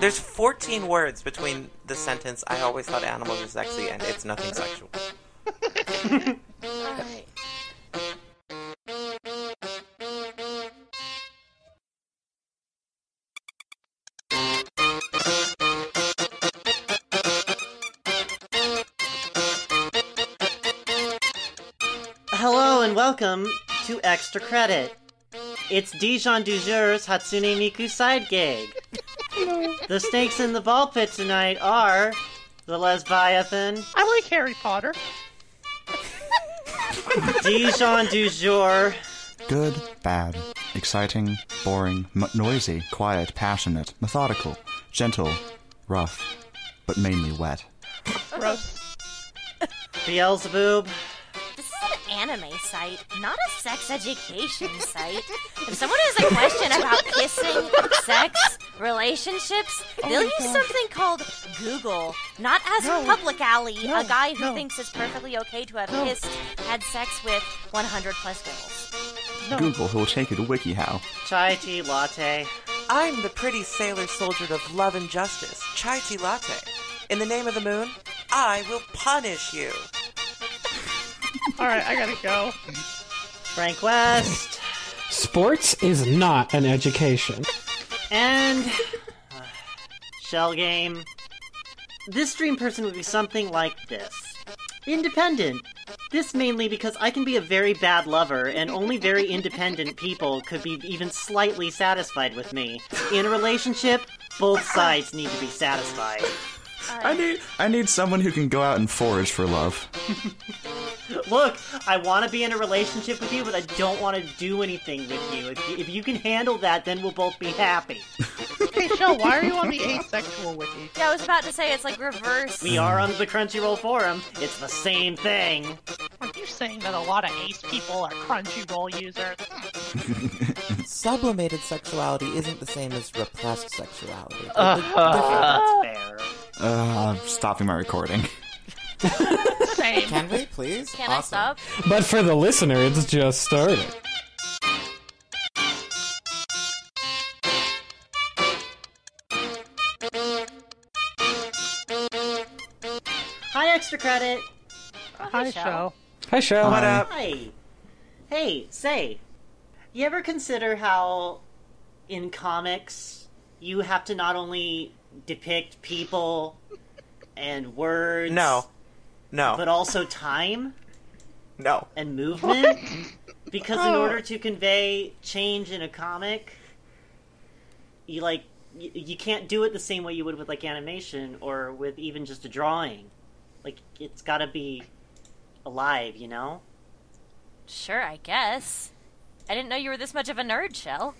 There's 14 words between the sentence "I always thought animals were sexy" and "It's nothing sexual." All right. Hello and welcome to Extra Credit. It's Dijon Dujour's Hatsune Miku side gig. the snakes in the ball pit tonight are the Lesbiathan, I like Harry Potter. Dijon Dujour, Good, bad, exciting, boring, m- noisy, quiet, passionate, methodical, gentle, rough, but mainly wet. Gross. Beelzebub, This is an anime site, not a sex education site. If someone has a question about kissing, sex, relationships, they'll use something called Google. Not as Oh No. public alley, a No, guy who no. thinks it's perfectly okay to have No. kissed, had sex with 100 plus girls. No. Google, who will take you to WikiHow. chai tea latte, I'm the pretty sailor soldier of love and justice, chai tea latte. In the name of the moon, I will punish you. All right, I gotta go. Frank West, Sports is not an education. and uh, Shell Game. This dream person would be something like this. Independent. This mainly because I can be a very bad lover, and only very independent people could be even slightly satisfied with me. In a relationship, both sides need to be satisfied. I need, I need someone who can go out and forage for love. Look, I want to be in a relationship with you, but I don't want to do anything with you. If, you. if you can handle that, then we'll both be happy. Hey, Shell, why are you on the asexual wiki? Yeah, I was about to say it's like reverse. We are on the Crunchyroll forum. It's the same thing. Aren't you saying that a lot of ace people are Crunchyroll users? Sublimated sexuality isn't the same as repressed sexuality. That's fair. Uh, I'm stopping my recording. Same. Can we please? Can Awesome. I stop? But for the listener, it's just starting. Hi, extra credit. Hi, Shell. Hi, Shell. What up? Hi. Hey, say, you ever consider how in comics you have to not only depict people and words, No. No. but also time no. and movement? because in Oh. order to convey change in a comic, you like y- you can't do it the same way you would with like animation or with even just a drawing. Like it's got to be alive, you know? Sure, I guess. I didn't know you were this much of a nerd, Shell.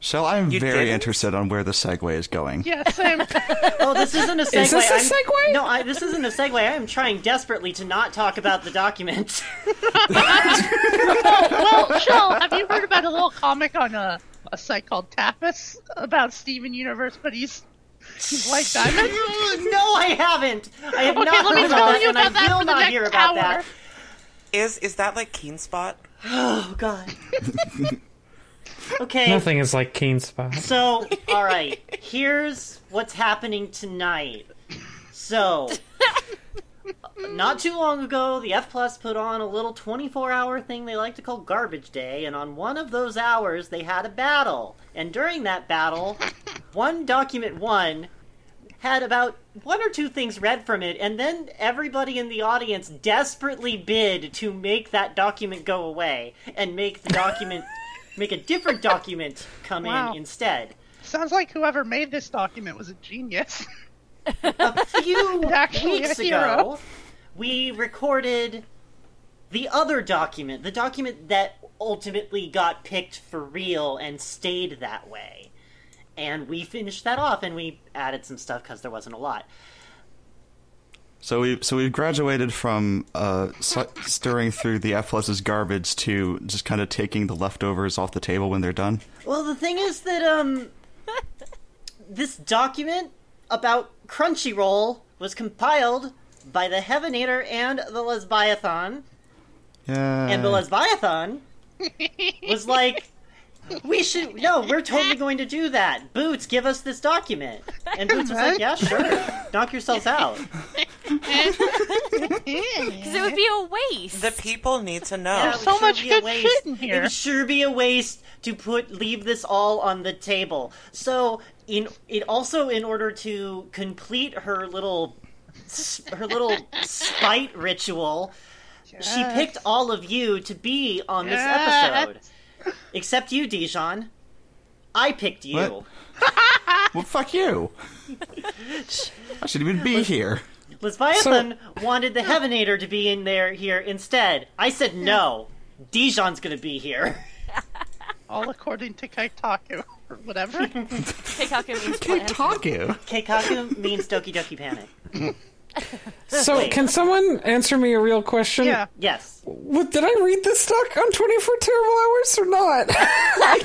Shell, I'm You very didn't? interested on where the segue is going. Yeah, same. Oh, this isn't a segue. Is this a I'm- segue? No, I, this isn't a segue. I am trying desperately to not talk about the document. well, Shell, have you heard about a little comic on a, a site called Tapas about Steven Universe, but he's he's White Diamond? no, I haven't. I have Okay, not let heard me about tell that, you and about I that will for the not next hear about hour. that. Is is that like Keen Spot? Oh God. Okay. Nothing is like Keen Spot. So, all right. Here's what's happening tonight. So, not too long ago, the F Plus put on a little 24-hour thing they like to call Garbage Day, and on one of those hours, they had a battle. And during that battle, one document won had about one or two things read from it, and then everybody in the audience desperately bid to make that document go away and make the document make a different document come Wow. in instead. Sounds like whoever made this document was a genius. A few Actually a weeks hero. ago, we recorded the other document, the document that ultimately got picked for real and stayed that way. And we finished that off, and we added some stuff because there wasn't a lot. So we so we've graduated from uh, su- stirring through the F plus's garbage to just kind of taking the leftovers off the table when they're done. Well, the thing is that um, this document about Crunchyroll was compiled by the Heavenator and the Lesbiathon, Yeah. and the Lesbiathon was like, We should. No, we're totally going to do that. Boots, give us this document. And Boots was like, yeah, sure. Knock yourselves out. Because it would be a waste. The people need to know. Yeah, it would so sure much be a good waste. shit in here. It would sure be a waste to put leave this all on the table. So in it also in order to complete her little s- her little spite ritual, she picked all of you to be on this Yes. episode, except you, Dijon. I picked you. What? Well, fuck you. I shouldn't even be here. Leviathan wanted the Heavenator to be in there here instead. I said no. Dijon's gonna be here. All according to Kaitaku or whatever. Kikaku means Hey, plan. Taku. Keikaku means Doki Doki Panic. So, can someone answer me a real question? yeah. Yes. What, did I read this doc on 24 terrible hours or not? I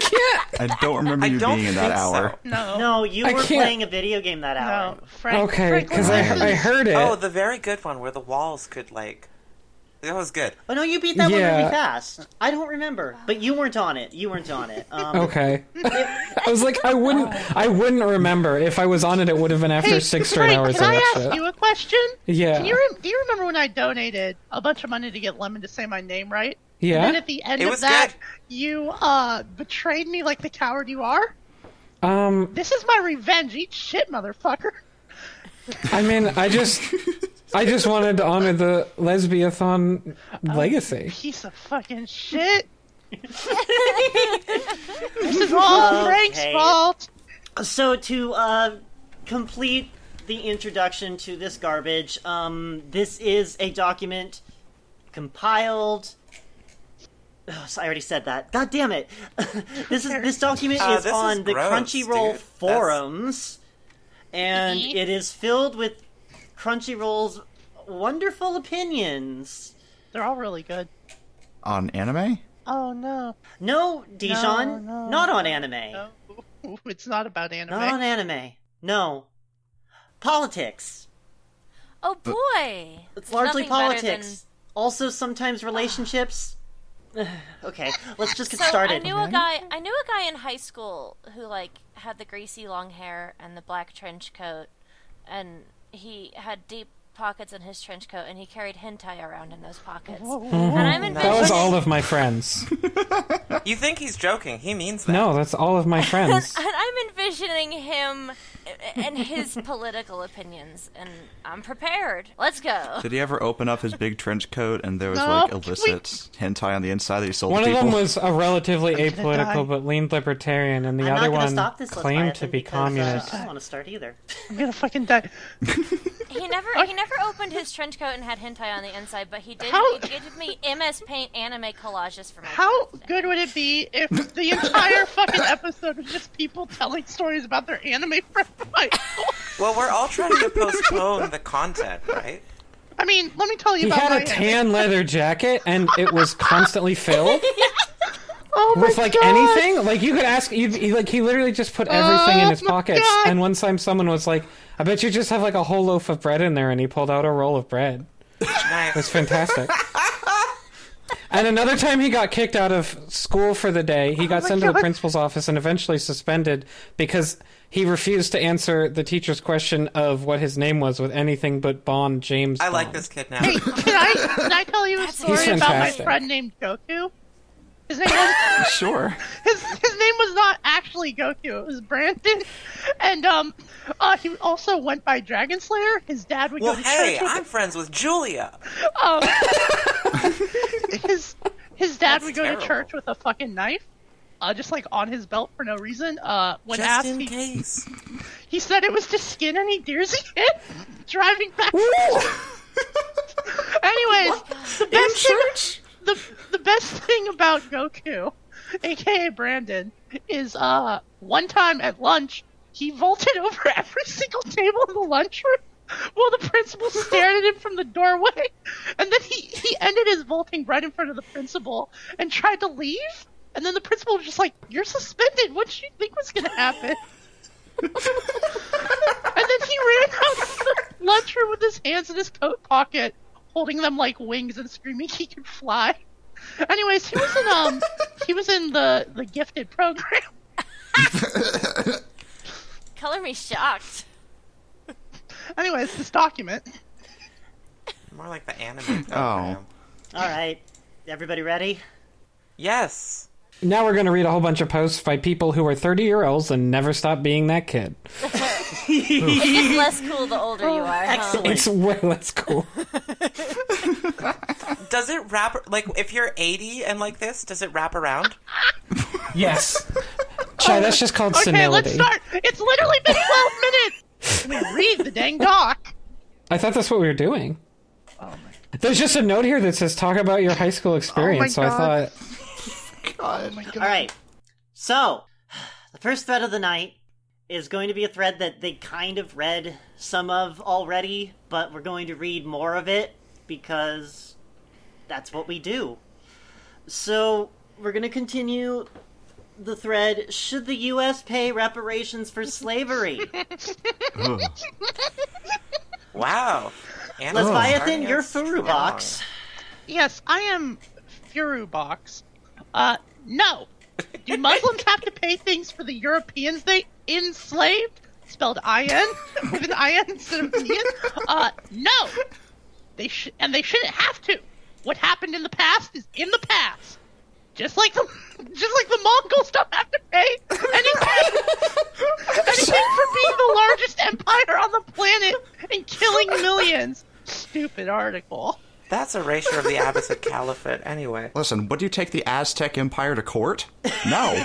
can't. I don't remember I you don't being in that think so. hour. No. No. No, you I were can't- playing a video game that hour. Frank. Okay, Frank, because I, listen. I heard it. Oh, the very good one where the walls could like. That was good. Oh no, you beat that one Yeah. really fast. I don't remember, but you weren't on it. You weren't on it. Um, okay. I was like, I wouldn't, I wouldn't remember if I was on it. It would have been after Hey, six straight Frank, hours can of I that ask shit. you a question? Yeah. Can you rem- do you remember when I donated a bunch of money to get Lemon to say my name right? And then yeah. at the end It of was that, good. you uh, betrayed me like the coward you are. Um, This is my revenge. Eat shit, motherfucker. I mean, I just, I just wanted to honor the lesbiathon Oh. legacy. Piece of fucking shit. this is all Frank's Okay. fault. So to uh, complete the introduction to this garbage, um, this is a document compiled. Oh, so I already said that. God damn it! this is this document Uh, is this is on the gross, Crunchyroll dude. That's- forums, and Mhm. it is filled with Crunchyroll's wonderful opinions. They're all really good. On anime? Oh no. No, Dijon. no, not on anime. No. It's not about anime. Not on anime. No. Politics. Oh boy. It's largely Nothing better politics. Also sometimes relationships. okay, let's just get So started. I knew a guy. I knew a guy in high school who like had the greasy long hair and the black trench coat, and he had deep pockets in his trench coat, and he carried hentai around in those pockets. And I'm Mm-hmm. That was envisioning. all of my friends. You think he's joking? He means that. No, that's all of my friends. And I'm envisioning him and his political opinions, and I'm prepared. Let's go. Did he ever open up his big trench coat and there was No, like can we- illicit hentai on the inside that he sold One to of people? them was a relatively I'm gonna die. apolitical but leaned libertarian, and the I'm other not gonna one stop this claimed to Leviathan, be because, uh, communist. I don't want to start either. I'm gonna fucking die. He never he never opened his trench coat and had hentai on the inside, but he did he How- gave me MS Paint anime collages for my How good would it be if the entire fucking episode was just people telling stories about their anime friends? Like, Well, we're all trying to postpone the content, right? I mean, let me Oh, tell you He about had my a anime. tan leather jacket, and it was constantly filled Oh my with like God. anything. Like you could ask, you'd, he, like he literally just put everything in Oh his my pockets. God. And one time, someone was like, "I bet you just have like a whole loaf of bread in there," and he pulled out a roll of bread. It's Nice. fantastic. And another time he got kicked out of school for the day. He got Oh my sent to the God. principal's office and eventually suspended because he refused to answer the teacher's question of what his name was with anything but Bond James. I like Bond. this kid now. Hey, can I can I tell you a story about my fantastic. friend named Goku? His name was Sure. his, his name was not actually Goku. It was Brandon, and um, uh, he also went by Dragon Slayer. His dad would well, go to hey, church with I'm friends with Julia. Um, his his dad would go terrible. to church with a fucking knife, uh, just like on his belt for no reason. Uh, when Just asked, in he, case. he said it was to skin any deers he hit driving back. Anyways, the best church? Thing, the the best thing about Goku, aka Brandon, is uh one time at lunch he vaulted over every single table in the lunchroom. while the principal stared at him from the doorway, and then he, he ended his vaulting right in front of the principal and tried to leave. And then the principal was just like, "You're suspended. What did you think was going to happen?" And then he ran out of the lunchroom with his hands in his coat pocket, holding them like wings and screaming he could fly. Anyways, he was in um He was in the the gifted program. Color me shocked. Anyways, this document. More like the anime. Oh. program. All right, everybody ready? Yes. Now we're going to read a whole bunch of posts by people who are 30 year olds and never stop being that kid. It gets less cool the older you are. Huh? Excellent. It's way less cool. Does it wrap like if you're 80 and like this? Does it wrap around? Yes. Chai, that's just called Okay, senility. let's start. It's literally been 12 minutes. Let me read the dang doc. I thought that's what we were doing. Oh There's just a note here that says talk about your high school experience. so I Oh God. thought, All right. So, the first thread of the night is going to be a thread that they kind of read some of already, but we're going to read more of it because that's what we do. So, we're going to continue the thread Should the U.S. pay reparations for slavery? Ugh. Wow. And Leviathan, your Furu box. Yes, I am Furu Box. Uh, no. Do Muslims have to pay things for the Europeans they enslaved? Spelled I-N with an I-N instead of T-N? Uh, no. They sh- and they shouldn't have to. What happened in the past is in the past. Just like the just like the Mongols don't have to pay anything, anything for being the largest empire on the planet and killing millions. Stupid article. That's erasure of the Abbasid Caliphate, anyway. Listen, would you take the Aztec Empire to court? No.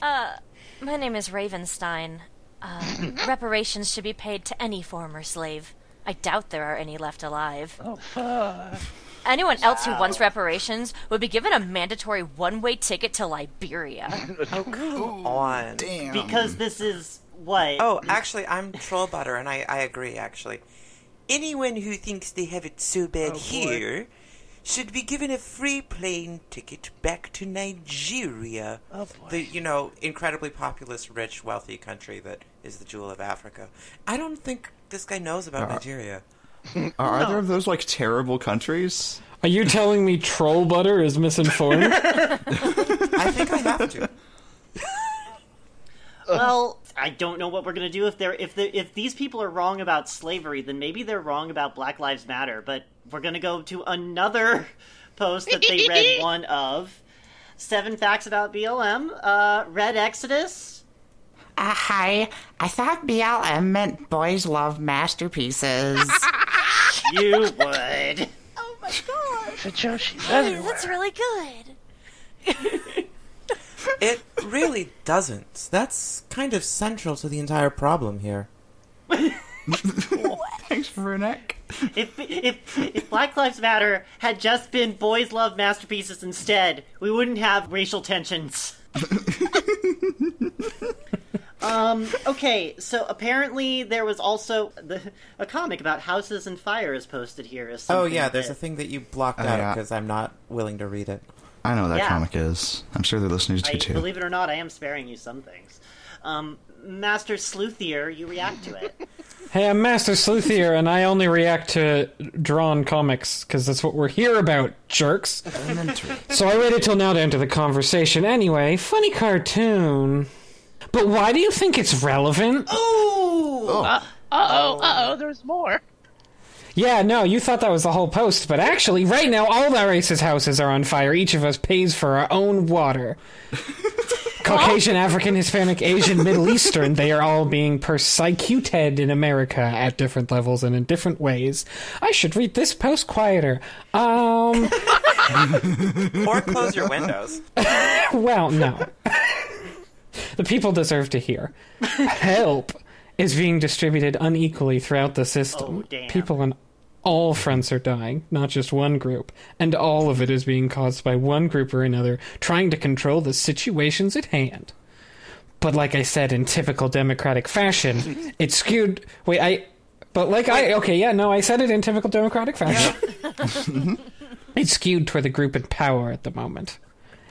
Uh, My name is Ravenstein. Uh, reparations should be paid to any former slave. I doubt there are any left alive. Oh fuck. Uh, Anyone else who wants reparations would be given a mandatory one way ticket to Liberia. Oh, On. Damn. Because this is what? Oh, actually, I'm troll butter, and I, I agree. Actually, anyone who thinks they have it so bad here should be given a free plane ticket back to Nigeria, Oh, the you know incredibly populous, rich, wealthy country that is the jewel of Africa. I don't think this guy knows about Nigeria. Are either of those like terrible countries? are you telling me troll butter is misinformed? I think I have to. Well, I don't know what we're gonna do if they're if they if these people are wrong about slavery, then maybe they're wrong about Black Lives Matter. But we're gonna go to another post that they read one of seven facts about BLM. Uh, Red Exodus. Uh, hi. I thought BLM meant boys love masterpieces. You would. oh my god! Joshi's That's really good. It really doesn't. That's kind of central to the entire problem here. Thanks, Vernick. If, if if Black Lives Matter had just been boys love masterpieces instead, we wouldn't have racial tensions. um. Okay. So apparently there was also the, a comic about houses and fire is posted here. Is Oh something yeah, there's that- a thing that you blocked Oh, out yeah. because I'm not willing to read it. I know what that Yeah. comic is. I'm sure they're listening to I, you too. believe it or not, I am sparing you some things. Um, Master Sleuthier, you react to it. hey, I'm Master Sleuthier, and I only react to drawn comics because that's what we're here about, jerks. so I waited till now to enter the conversation. Anyway, funny cartoon. But why do you think it's relevant? Uh oh, uh oh, there's more. Yeah, no, you thought that was the whole post, but actually, right now, all of our races' houses are on fire. Each of us pays for our own water. Caucasian, African, Hispanic, Asian, Middle Eastern, they are all being persecuted in America at different levels and in different ways. I should read this post quieter. Um, Or close your windows. well, no. the people deserve to hear. Help is being distributed unequally throughout the system. Oh, damn. People on all fronts are dying, not just one group, and all of it is being caused by one group or another trying to control the situations at hand. But like I said, in typical democratic fashion, it's skewed. Wait, I. But like I. Okay, yeah, no, I said it in typical democratic fashion. it's skewed toward the group in power at the moment.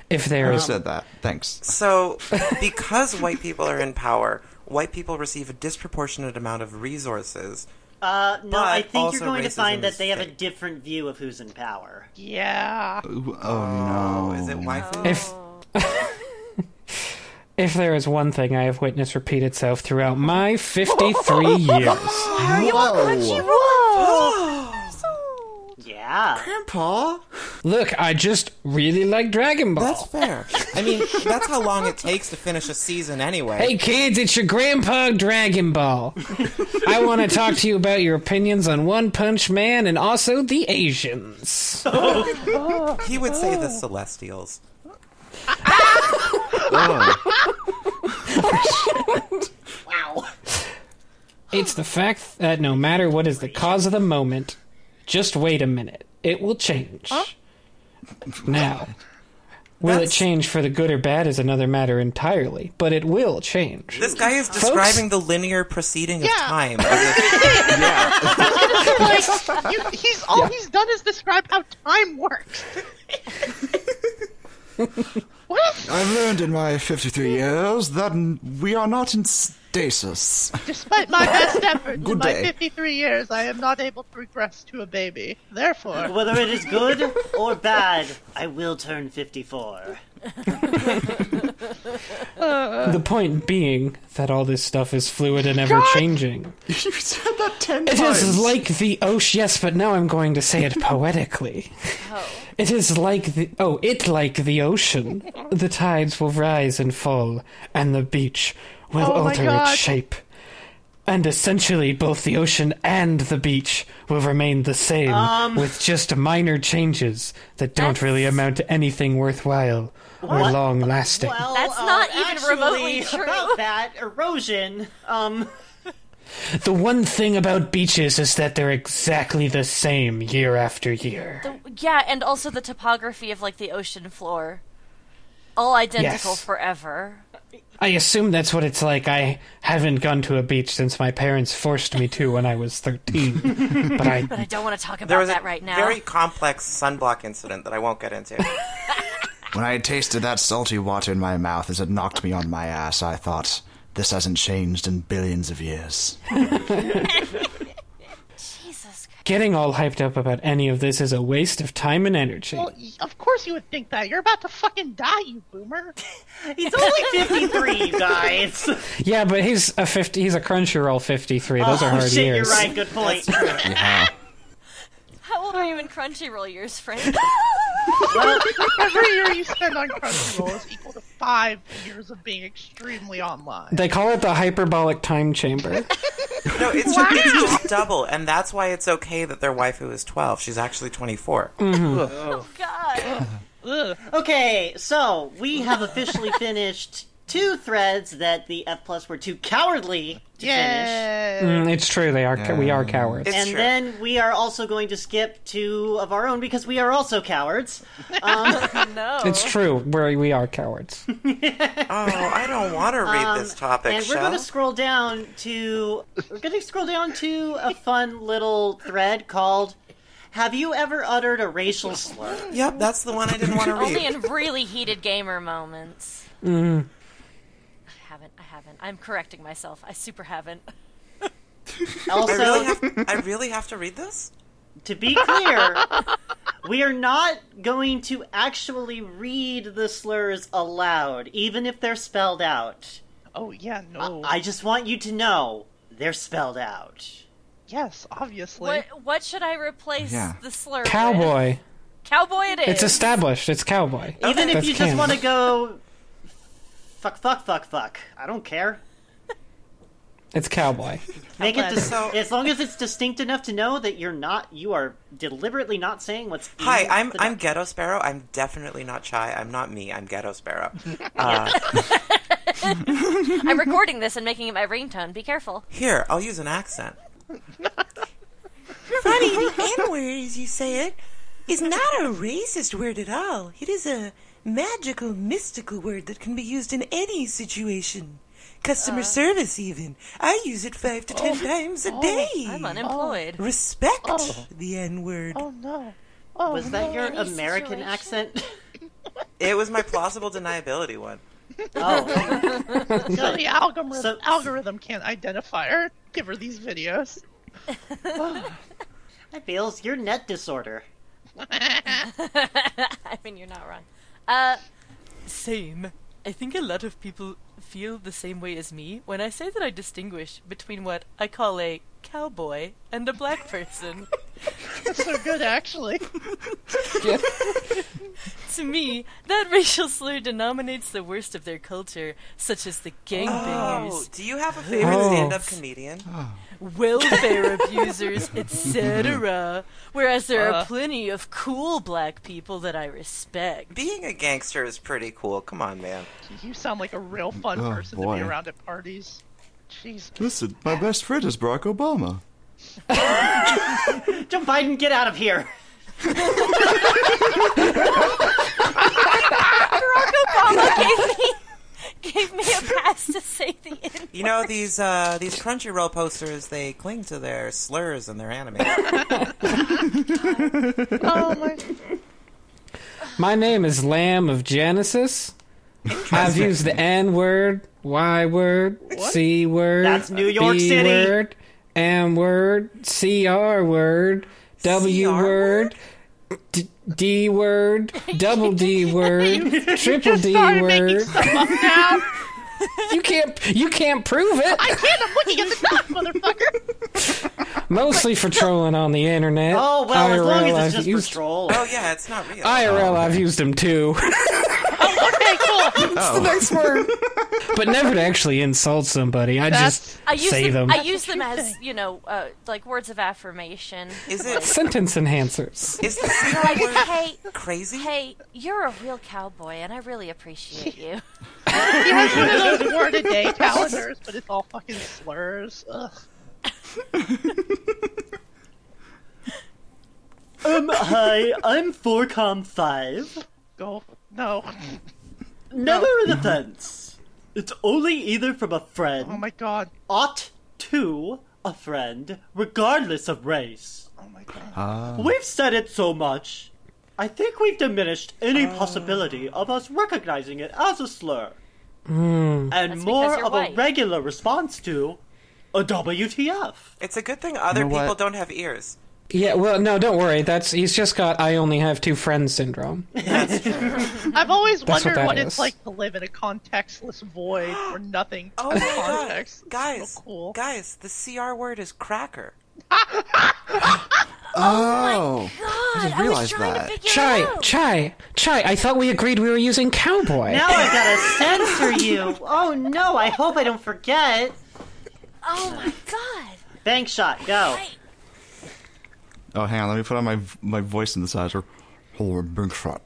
If there Who is said that? Thanks. So, because white people are in power, white people receive a disproportionate amount of resources Uh, no, But I think you're also going to racism find that is they have a fake. different view of who's in power. Yeah. Ooh, oh no! Is it waifu? If if there is one thing I have witnessed repeat itself throughout my 53 years, Whoa, Yeah. Grandpa? look, I just really like Dragon Ball. That's fair. I mean, that's how long it takes to finish a season anyway. Hey kids, it's your grandpa Dragon Ball. I want to talk to you about your opinions on One Punch Man and also the Asians. He would say the Celestials. Wow. It's the fact that no matter what is the cause of the moment, just wait a minute. It will change. Now, will it That's- change for the good or bad is another matter entirely, but it will change. This guy is describing the linear proceeding of Yeah. time. as if- Like, you- he's all he's done is describe how time works. what? I've learned in my 53 years that n- we are not in stasis. Despite my best efforts in Good my day. 53 years, I am not able to regress to a baby. Therefore, Whether it is good or bad, I will turn 54. Uh. The point being that all this stuff is fluid and ever changing. you said that 10 It times. is like the ocean. Yes, but now I'm going to say it poetically. Oh. It is like the oh, it like the ocean. The tides will rise and fall, and the beach will Oh my alter its God. shape. And essentially, both the ocean and the beach will remain the same, with just minor changes that don't really amount to anything worthwhile or long lasting. Well, That's uh, not even actually, remotely true. About that erosion, um, The one thing about beaches is that they're exactly the same year after year. Yeah, and also the topography of like the ocean floor. All identical Yes. forever. I assume that's what it's like. I haven't gone to a beach since my parents forced me to when I was 13. but I. I don't want to talk there about was a that right now. very complex sunblock incident that I won't get into. When I tasted that salty water in my mouth as it knocked me on my ass, I thought, this hasn't changed in billions of years. Jesus Christ. Getting all hyped up about any of this is a waste of time and energy. well, y- of course you would think that. You're about to fucking die, you boomer. he's only 53, you guys. yeah, but he's a 50. He's a Crunchyroll 53. Those are oh, hard shit, years. you're right, good point. Yeah. How old are you in Crunchyroll years, Frank? Every year you spend on Crunchyroll is equal to five years of being extremely online. They call it the hyperbolic time chamber. No, it's, just, it's just double, and that's why it's okay that their waifu is 12. She's actually 24. God. Okay, so we have officially finished two threads that the F plus were too cowardly to finish. Yay. Mm, it's true. They are. ca- We are cowards. It's And true. then we are also going to skip two of our own because we are also cowards. Um, No. It's true. We're, we are cowards. Oh, I don't want to read this topic, Um, and we're shall going to scroll down to we're going to scroll down to a fun little thread called "Have you ever uttered a racial slur?" Yep, that's the one I didn't want to Only read. in really heated gamer moments. Mm. I haven't. I haven't. I'm correcting myself. I super haven't. I really, Also, have, I really have to read this? to be clear, we are not going to actually read the slurs aloud, even if they're spelled out. Oh yeah, no. I just want you to know they're spelled out. yes, obviously. What What should I replace Yeah. the slur? With? Cowboy. Cowboy. It is. It's established. It's cowboy. Even if That's you just canon. want to go fuck, fuck, fuck, fuck. I don't care. It's cowboy. Make it dis- So- as long as it's distinct enough to know that you're not, you are deliberately not saying what's. in Hi, I'm the- I'm Ghetto Sparrow. I'm definitely not Chai. I'm not me. I'm Ghetto Sparrow. Uh, Ah. I'm recording this and making it my ringtone. Be careful. Here, I'll use an accent. Funny, the N word, as you say it, is not a racist word at all. It is a magical, mystical word that can be used in any situation. Customer service, even. I use it five to ten times a day. I'm unemployed. Respect the N word. oh no. Oh Was that your Any American situation. accent? It was my plausible deniability one. oh, no, the algorithm So- algorithm can't identify her. Give her these videos. That feels your net disorder. I mean, you're not wrong. Uh, Same. I think a lot of people feel the same way as me when I say that I distinguish between what I call a cowboy and a black person. That's so good, actually. to me, that racial slur denominates the worst of their culture, such as the Oh, gangbangers, do you have a favorite Oh. stand-up comedian? welfare abusers, etc. Whereas there are Uh. plenty of cool black people that I respect. Being a gangster is pretty cool. Come on, man. You sound like a real fun Oh, person boy. to be around at parties. Jeez. Listen, my best friend is Barack Obama. Joe Biden, get out of here. Obama gave me gave me a pass to say the N. You know these uh, these Crunchyroll posters. They cling to their slurs and their anime. Oh my. My name is Lamb of Genesis. I've used the N word, Y word, C word. That's New York B City. Word, M word, CR word, W CR word, D, D word, double D word, triple D Sorry, making word. stuff up now. You can't you can't prove it. I can't. I'm looking at the top, motherfucker. Mostly for trolling on the internet. Oh, well, as long IRL, as I've it's just used, for troll. oh yeah, it's not real. IRL, I've used them too. That's the Oh. next word. Oh. but never to actually insult somebody. I That's- just I use say them. them. I use them as you know, uh, like words of affirmation. Is it? Sentence enhancers. Is the CR word Hey, crazy? hey, you're a real cowboy, and I really appreciate you. He has one of those word a day calendars, but it's all fucking slurs. Ugh. Um, hi, I'm 4com5. Go. No. Never an offense. It's only either from a friend, Oh my god. ought to a friend, regardless of race. Oh my god. Ah. We've said it so much. I think we've diminished any possibility of us recognizing it as a slur. Hmm. And because more you're of white. a regular response to a WTF. It's a good thing other know what? people don't have ears. Yeah, well, no, don't worry. That's he's just got I only have two friends syndrome. I've always That's what wondered that what, is. it's like to live in a contextless void where nothing Oh has my god, context. guys, Oh, Real cool. guys, the CR word is cracker. Oh, God, didn't I was realize trying that. to figure it Chai, out. Chai, Chai. I thought we agreed we were using cowboy. Now I gotta censor you. Oh no, I hope I don't forget. Oh my god. Bank shot, go. oh, hang on. Let me put on my my voice synthesizer. Hello, I'm Big Shot.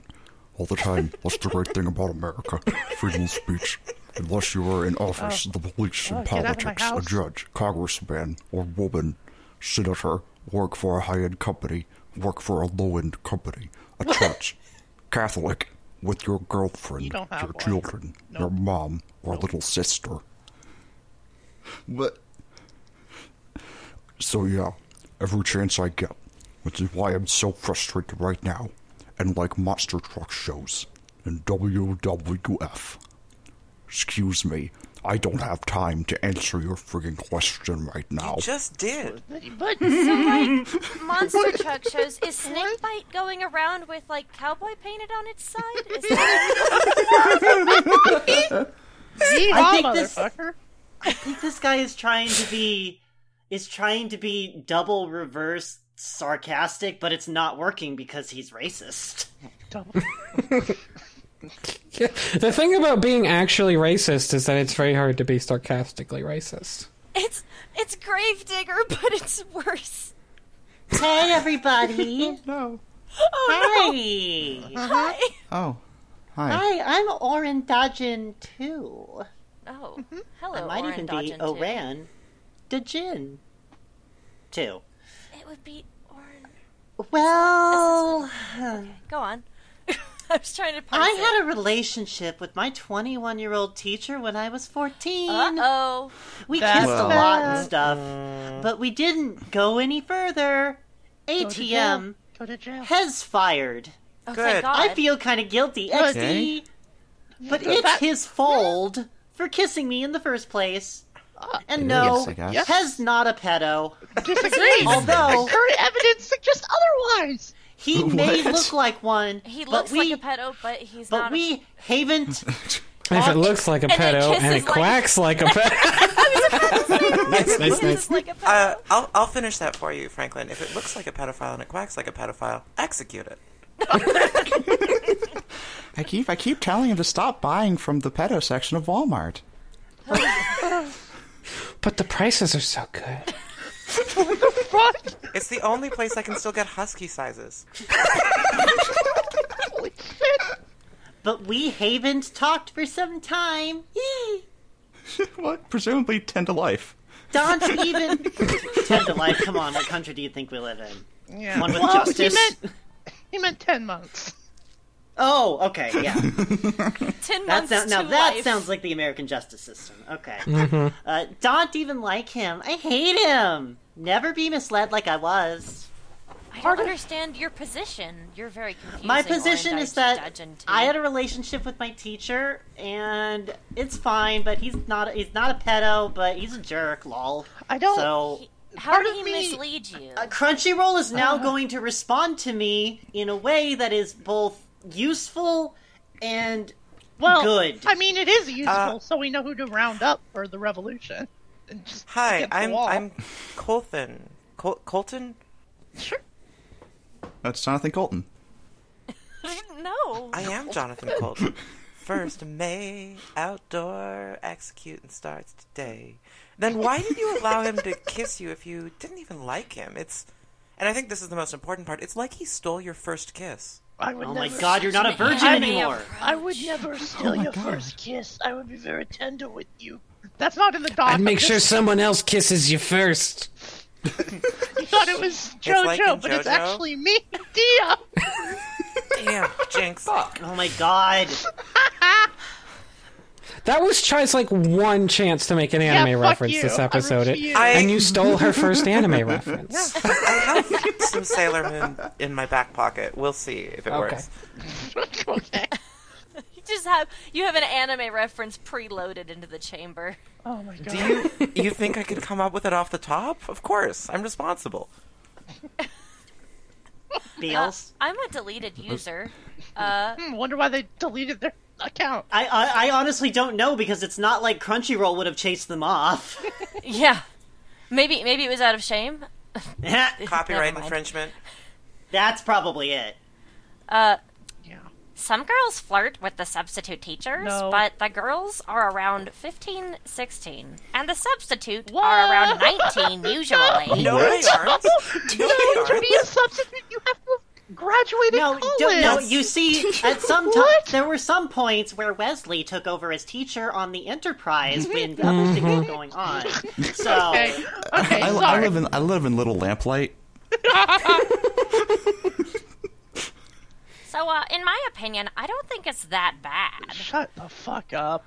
All the time. That's the great thing about America. Freedom of speech. Unless you are in office, the police and Oh, get out of my politics, a house. judge, congressman, or woman, senator, work for a high-end company, work for a low-end company, a church, Catholic, with your girlfriend, You don't have your one. children, your mom, or little sister. But so yeah, every chance I get, which is why I'm so frustrated right now, and like monster truck shows and WWF. Excuse me, I don't have time to answer your friggin' question right now. Just did. But Monster truck shows. Is Snakebite going around with like cowboy painted on its side? Is that yeehaw, think this- motherfucker. I think this guy is trying to be is trying to be double reverse sarcastic, but it's not working because he's racist. Double- Uh-huh. The thing about being actually racist is that it's very hard to be sarcastically racist. it's it's Gravedigger, but it's worse. Hey Oh, everybody! No. Oh, Hi! Hi. Oh, hi. Hi, I'm Orin Dajin too. Oh, Mm-hmm. hello. I might Orin even be Dodgen, too. Oran Dajin too. It would be Orin. Well, Go on. I was trying to. I had a relationship with my 21 year old teacher when I was 14. Uh oh. We That's kissed a bad. lot and stuff, but we didn't go any further. Go to jail. ATM Go to jail. has fired. Oh, thank Good. God. I feel kind of guilty, XD, but it's his fold for kissing me in the first place. Uh, And no, Yes, I guess. Yes. has not a pedo. Disagree. Although Current evidence suggests otherwise. he may look like one, He but looks we, like a pedo, but he's but not. we haven't. If it looks like a then pedo kisses and it like- quacks like a pedo. nice, nice, a, nice. he's like a pedo. Uh, I'll, I'll finish that for you, Franklin. If it looks like a pedophile and it quacks like a pedophile, execute it. I keep I keep telling him to stop buying from the pedo section of Walmart. But the prices are so good. Fuck. It's the only place I can still get husky sizes. Holy shit. But we haven't talked for some time. Yee. What? Presumably ten to life. Don't even tend to life. Come on, what country do you think we live in? Yeah. One with Well, he justice. meant he meant ten months. Oh, okay, yeah. Ten That months sound, now to that life. sounds like the American justice system. Okay. Uh, don't even like him. I hate him. Never be misled like I was. I don't understand your position. You're very confusing. My position Orange, is that judge, and I had tea. a relationship with my teacher, and it's fine. But he's not—he's not a pedo, but he's a jerk. Lol. I don't- So How part did of he Uh-huh. me- mislead you? Crunchyroll is now going to respond to me in a way that is both useful and Well, Good. I mean, it is useful, Uh, so we know who to round up for the revolution. And just Hi, against the I'm wall. I'm Colton. Col- Colton? Sure. That's Jonathan Colton. no. I am Jonathan Colton. First May, outdoor, executing starts today. Then why did you allow him to kiss you if you didn't even like him? It's, and I think this is the most important part. It's like he stole your first kiss. I would oh never, my god, you're not a virgin I mean, anymore. Oh I would never steal your first kiss. I would be very tender with you. That's not in the doc. I'd make I'm sure just- someone else kisses you first. you thought it was JoJo, like in but it's JoJo. actually me, Dia. Damn, Jinx. Oh my god. That was Chai's like one chance to make an anime yeah, fuck reference you. this I episode. refuse. I- and you stole her first anime reference. I have some Sailor Moon in my back pocket. We'll see if it Okay. works. okay. You just have you have an anime reference preloaded into the chamber. Oh my god. Do you you think I could come up with it off the top? Of course, I'm responsible. Beals. Uh, I'm a deleted user. Uh, Hmm, wonder why they deleted their account. I, I I honestly don't know because it's not like Crunchyroll would have chased them off. Yeah. Maybe maybe it was out of shame. Never Copyright mind. infringement. That's probably it. Yeah. Uh, Some girls flirt with the substitute teachers, No. but the girls are around 15, 16, and the substitute are around 19 usually. No, they aren't. No, In they order to aren't. be a substitute, you have to have graduated No, college. don't, no. You see, at some time What? there were some points where Wesley took over as teacher on the Enterprise when other things were going on. So Mm-hmm. Okay. Okay. I, I sorry. live in I live in Little Lamplight. So, uh, in my opinion, I don't think it's that bad. Shut the fuck up.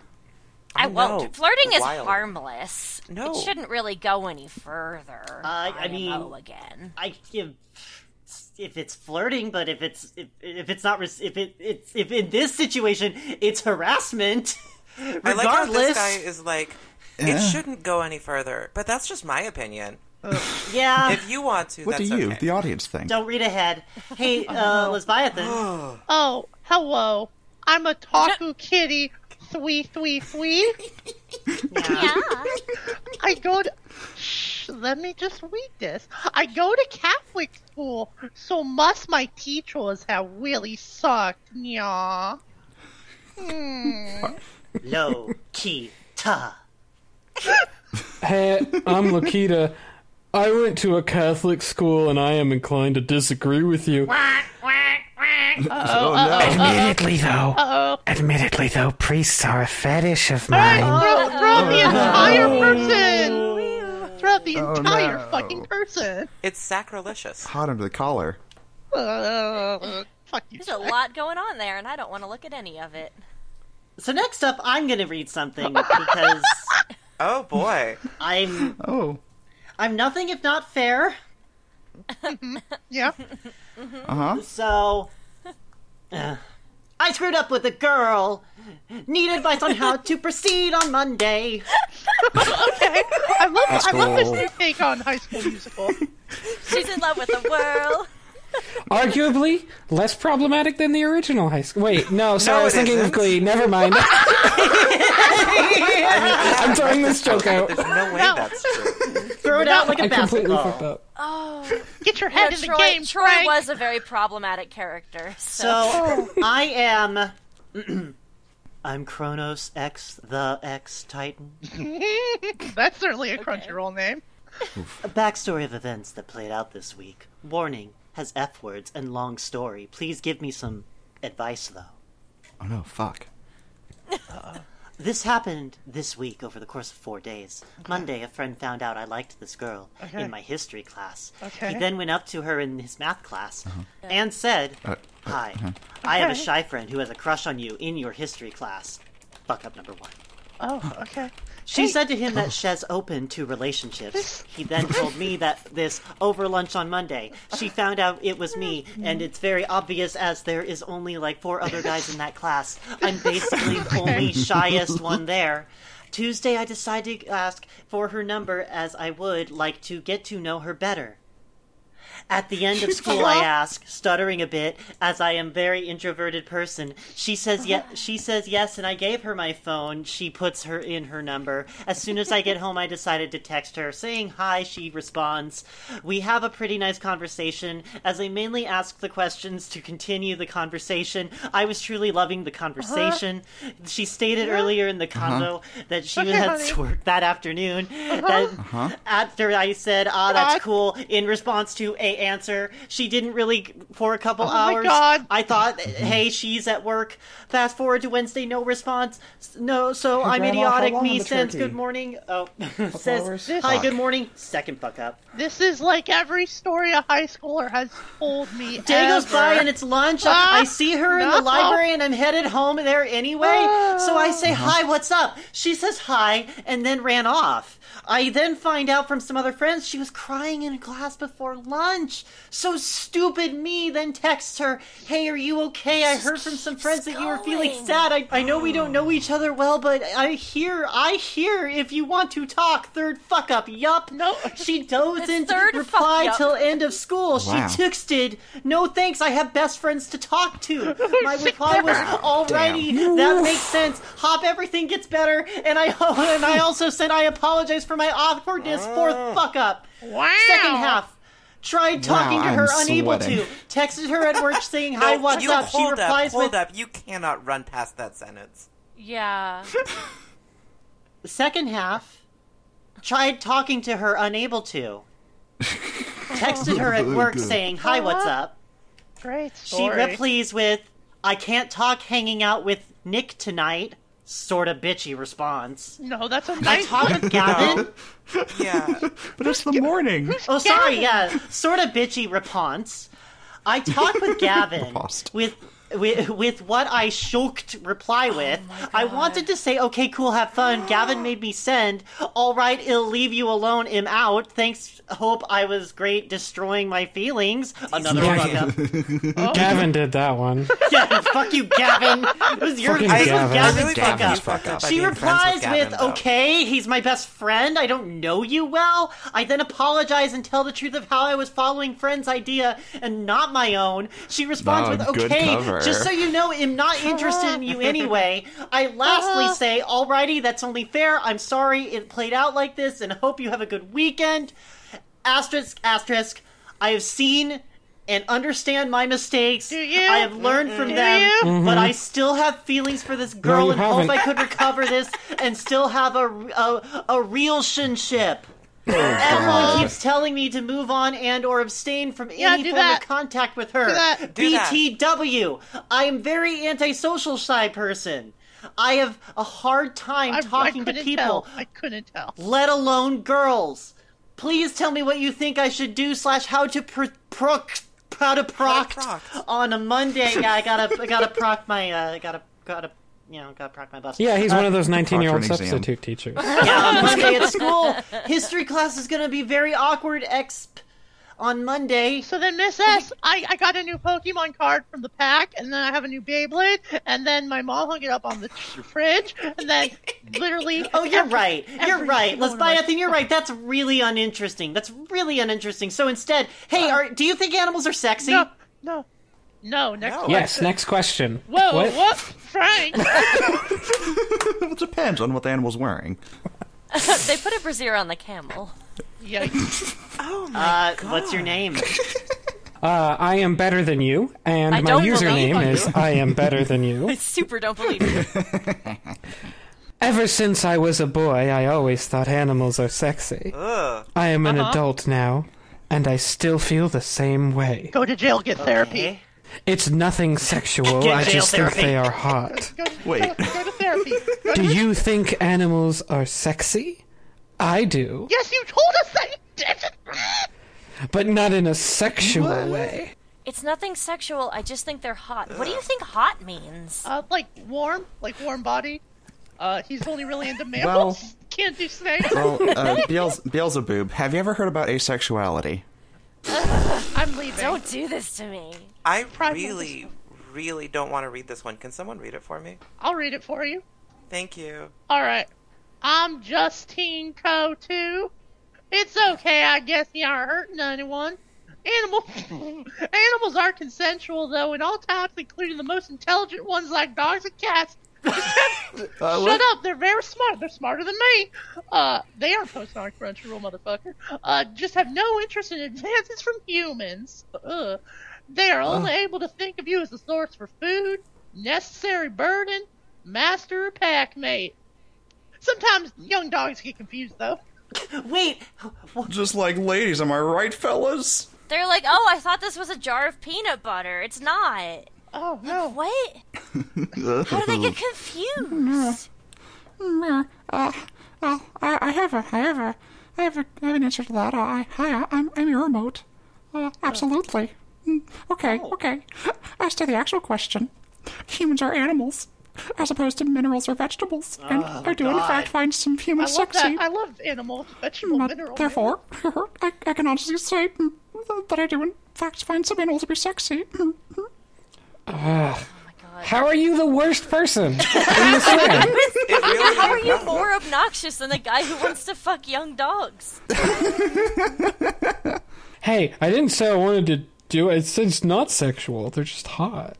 I won't. know. Flirting is Wild. harmless. Oh, No. It shouldn't really go any further. I IMO mean- again. I if, if it's flirting, but if it's if, if it's not res- if it it's if in this situation it's harassment. I like how this Regardless, guy is like, it shouldn't go any further. But that's just my opinion. Um, yeah. If you want to, What that's do you, okay. the audience, think? Don't read ahead. Hey, Oh, uh, Lesbiathan. Oh, hello. I'm a Taku kitty. Thwee, thwee, thwee. Yeah. I go to. Shh, let me just read this. I go to Catholic school, so must my teachers have really sucked. Hmm, Yeah. Low key ta. Hey, I'm Lakita. I went to a Catholic school and I am inclined to disagree with you. oh no! Admittedly, though. Admittedly, though, priests are a fetish of mine. Throw, throw the entire person! Throw the entire no. fucking person! It's sacrilegious. Hot under the collar. Oh. Uh, fuck you. There's a lot going on there, and I don't want to look at any of it. So next up, I'm gonna read something because Oh boy. I'm Oh. I'm nothing if not fair. Yeah. Uh-huh. Uh huh. So, uh, I screwed up with a girl. Need advice on how to proceed on Monday. Okay. I love Let's I love this go. new take on High School Musical. She's in love with the world. Arguably less problematic than the original high school. Wait, no, sorry, I was it thinking of isn't. Glee. Never mind. I'm throwing this joke out. There's no way that's true. Throw it out like a I completely fucked basketball. up. Get your head in Oh. Troy, the game, Troy Frank. was a very problematic character. So, So Oh. I am. I'm Kronos X the X Titan. That's certainly a Crunchyroll name. A backstory of events that played out this week. Warning has F words and long story. Please give me some advice though. Oh no, fuck. This happened this week over the course of four days. Monday, a friend found out I liked this girl in my history class. Okay. He then went up to her in his math class and said, Hi, Uh-huh. I have a shy friend who has a crush on you in your history class. Fuck up number one. Oh, okay. She said to him that she's open to relationships. He then told me that this over lunch on Monday, she found out it was me, and it's very obvious as there is only like four other guys in that class. I'm basically the only shyest one there. Tuesday, I decided to ask for her number as I would like to get to know her better. At the end of school, I ask, stuttering a bit, as I am very introverted person. She says yes. She says yes, and I gave her my phone. She puts her in her number. As soon as I get home, I decided to text her, saying hi. She responds. We have a pretty nice conversation. As I mainly ask the questions to continue the conversation, I was truly loving the conversation. She stated earlier in the convo that she Uh-huh. Okay, had honey. Uh-huh. work that afternoon. Uh-huh. That after I said, "Ah, that's God. cool." cool in response to a answer. She didn't really for a couple Oh my hours. God. I thought, hey, she's at work. Fast forward to Wednesday, no response. S- No, so I'm Grandma, how idiotic. long on Me the sends turkey? good morning. Oh, says hours? hi, Fuck. good morning. Second fuck up. This is like every story a high schooler has told me. Day goes ever. by and it's lunch. Ah, I see her in the no. library and I'm headed home there anyway. So I say, Uh-huh. Hi, what's up? She says, Hi, and then ran off. I then find out from some other friends she was crying in class before lunch. So stupid me then texts her, Hey, are you okay? I heard from some friends that you were feeling going. sad. I, I know we don't know each other well, but I hear, I hear if you want to talk. Third fuck up. Yup. No. She doesn't third fuck reply up. till end of school. Wow. She texted, "No thanks, I have best friends to talk to." My reply was, "Alrighty, that makes sense. Hop, everything gets better." And I and I also said, "I apologize for my awkwardness." Fourth fuck up. wow. Second half. Tried talking Wow, to her, I'm unable to. sweating. Texted her at work saying, "Hi, No, what's you up?" She hold up, replies hold with, up. You cannot run past that sentence. yeah. Second half, tried talking to her, unable to. Texted her at work saying, "Hi, what's up?" Great She story. replies with, I can't talk hanging out with Nick tonight. Sort of bitchy response. no, that's a nice Talk with Gavin? Yeah. But it's the morning. Oh, sorry, yeah. Sort of bitchy response. I talk with Gavin Repost. with, with with what I shulked reply Oh with. I wanted to say, okay, cool, have fun. Gavin made me send, all right, it'll leave you alone, am out. Thanks, hope I was great destroying my feelings. Another Yeah. fuck up. Oh. Gavin did that one. Yeah, fuck you, Gavin. It was your it Fucking was Gavin. Gavin's I really fuck thought you up. fucked up by She being friends replies with with, "Oh, Gavin, though. "Okay, he's my best friend. I don't know you well. I then apologize and tell the truth of how I was following friends' idea and not my own." She responds Oh, with, good "Okay, cover. just so you know, I'm not interested in you anyway." I lastly say, "Alrighty, that's only fair. I'm sorry it played out like this, and hope you have a good weekend." Asterisk, asterisk. I have seen and understand my mistakes. you? I have learned from them, you? but I still have feelings for this Mm-hmm. No, girl you and hope haven't. I could recover this and still have a a, a relationship. Oh, Everyone keeps telling me to move on and or abstain from Yeah, any do form that. of contact with her. that. Do that. BTW. I am very antisocial shy person. I have a hard time I, talking I to couldn't people Tell. I couldn't tell. let alone girls. Please tell me what you think I should do slash how to pr- proc how to proct proct. on a Monday. Yeah, I gotta I gotta proc my uh, I gotta gotta you know gotta proc my Uh, bus. Yeah, he's one of those 19 year old Proctor an exam. substitute teachers. Yeah, on Monday at school, history class is gonna be very awkward. Exp. on Monday. So then, Miss S, I, I got a new Pokemon card from the pack, and then I have a new Beyblade, and then my mom hung it up on the fridge, and then literally. Oh, you're every- right. You're every right. single Let's one of buy my- nothing. You're right. That's really uninteresting. That's really uninteresting. So instead, hey, are, do you think animals are sexy? Uh, No, no, no. Next. Oh, No. Yes, next question. Whoa, What? what? Frank? It depends on what the animal's wearing. they put a brassiere on the camel. Yikes. Oh my Uh, what's your name? Uh, I am better than you, and I my don't username believe is you. I am better than you. I super don't believe it. Ever since I was a boy, I always thought animals are sexy. Ugh. I am an Uh-huh. adult now, and I still feel the same way. Go to jail. Get therapy. Okay. It's nothing sexual, Get Oh, I jail just think therapy. they are hot. Wait, Go to therapy. Go Do to- you think animals are sexy? I do, Yes, you told us that. You did. but not in a sexual way. It's nothing sexual. I just think they're hot. What do you think hot means? Uh, like warm, like warm body. Uh, he's only really into mammals. Can't do snakes. well, uh, Beelze- Beelzebub, have you ever heard about asexuality? I'm leaving. Don't do this to me. I me with really, really don't want to read this one. Can someone read it for me? I'll read it for you. Thank you. All right. I'm Justine Co. too. It's okay, I guess you aren't hurting anyone. Animal animals are consensual though in all types, including the most intelligent ones like dogs and cats. Shut up! They're very smart. They're smarter than me. Uh, they aren't posting on Crunchyroll, motherfucker. Uh, just have no interest in advances from humans. Ugh. They are only able to think of you as a source for food, necessary burden, master or pack mate. Sometimes young dogs get confused though. Wait, Just like ladies, am I right, fellas? They're like, oh, I thought this was a jar of peanut butter. It's not. Oh no! What? Oh, How do they get confused? Uh, uh, I, I have a, I have a, I have, a, I have an answer to that. I, hi, I'm, I'm your remote. Uh, absolutely. Mm, Okay, Oh. okay. As to the actual question, humans are animals, as opposed to minerals or vegetables, and I do in fact find some Oh, I humans love sexy. that. I love animal, vegetable, But mineral. Mm, therefore, I, I can honestly say mm, that I do in fact find some animals to be sexy. Mm, mm. Oh How are you the worst person in this land? It really How are you more obnoxious than the guy who wants to fuck young dogs? Hey, I didn't say I wanted to do it. It's, it's not sexual. They're just hot.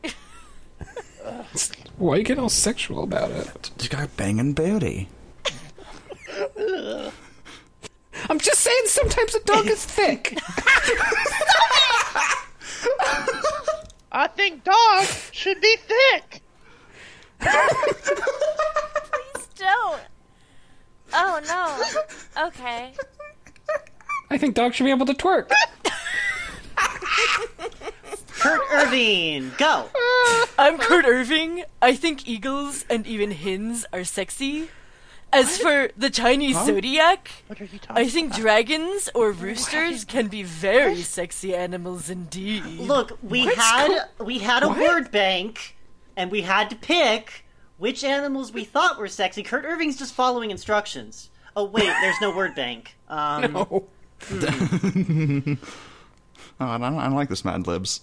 Why you get all sexual about it? You got banging booty. I'm just saying sometimes a dog is thick. I think dogs should be thick. Don't. Oh no. Okay. I think dogs should be able to twerk. Kurt Irving, go. I'm Kurt Irving. I think eagles and even hens are sexy. As for the Chinese zodiac, What are you talking? I think dragons or roosters can be very sexy animals indeed. Look, we had we had a word bank, and we had to pick which animals we thought were sexy. Kurt Irving's just following instructions. Oh wait, there's no word bank. Um, Oh, I don't, I don't like this Mad Libs.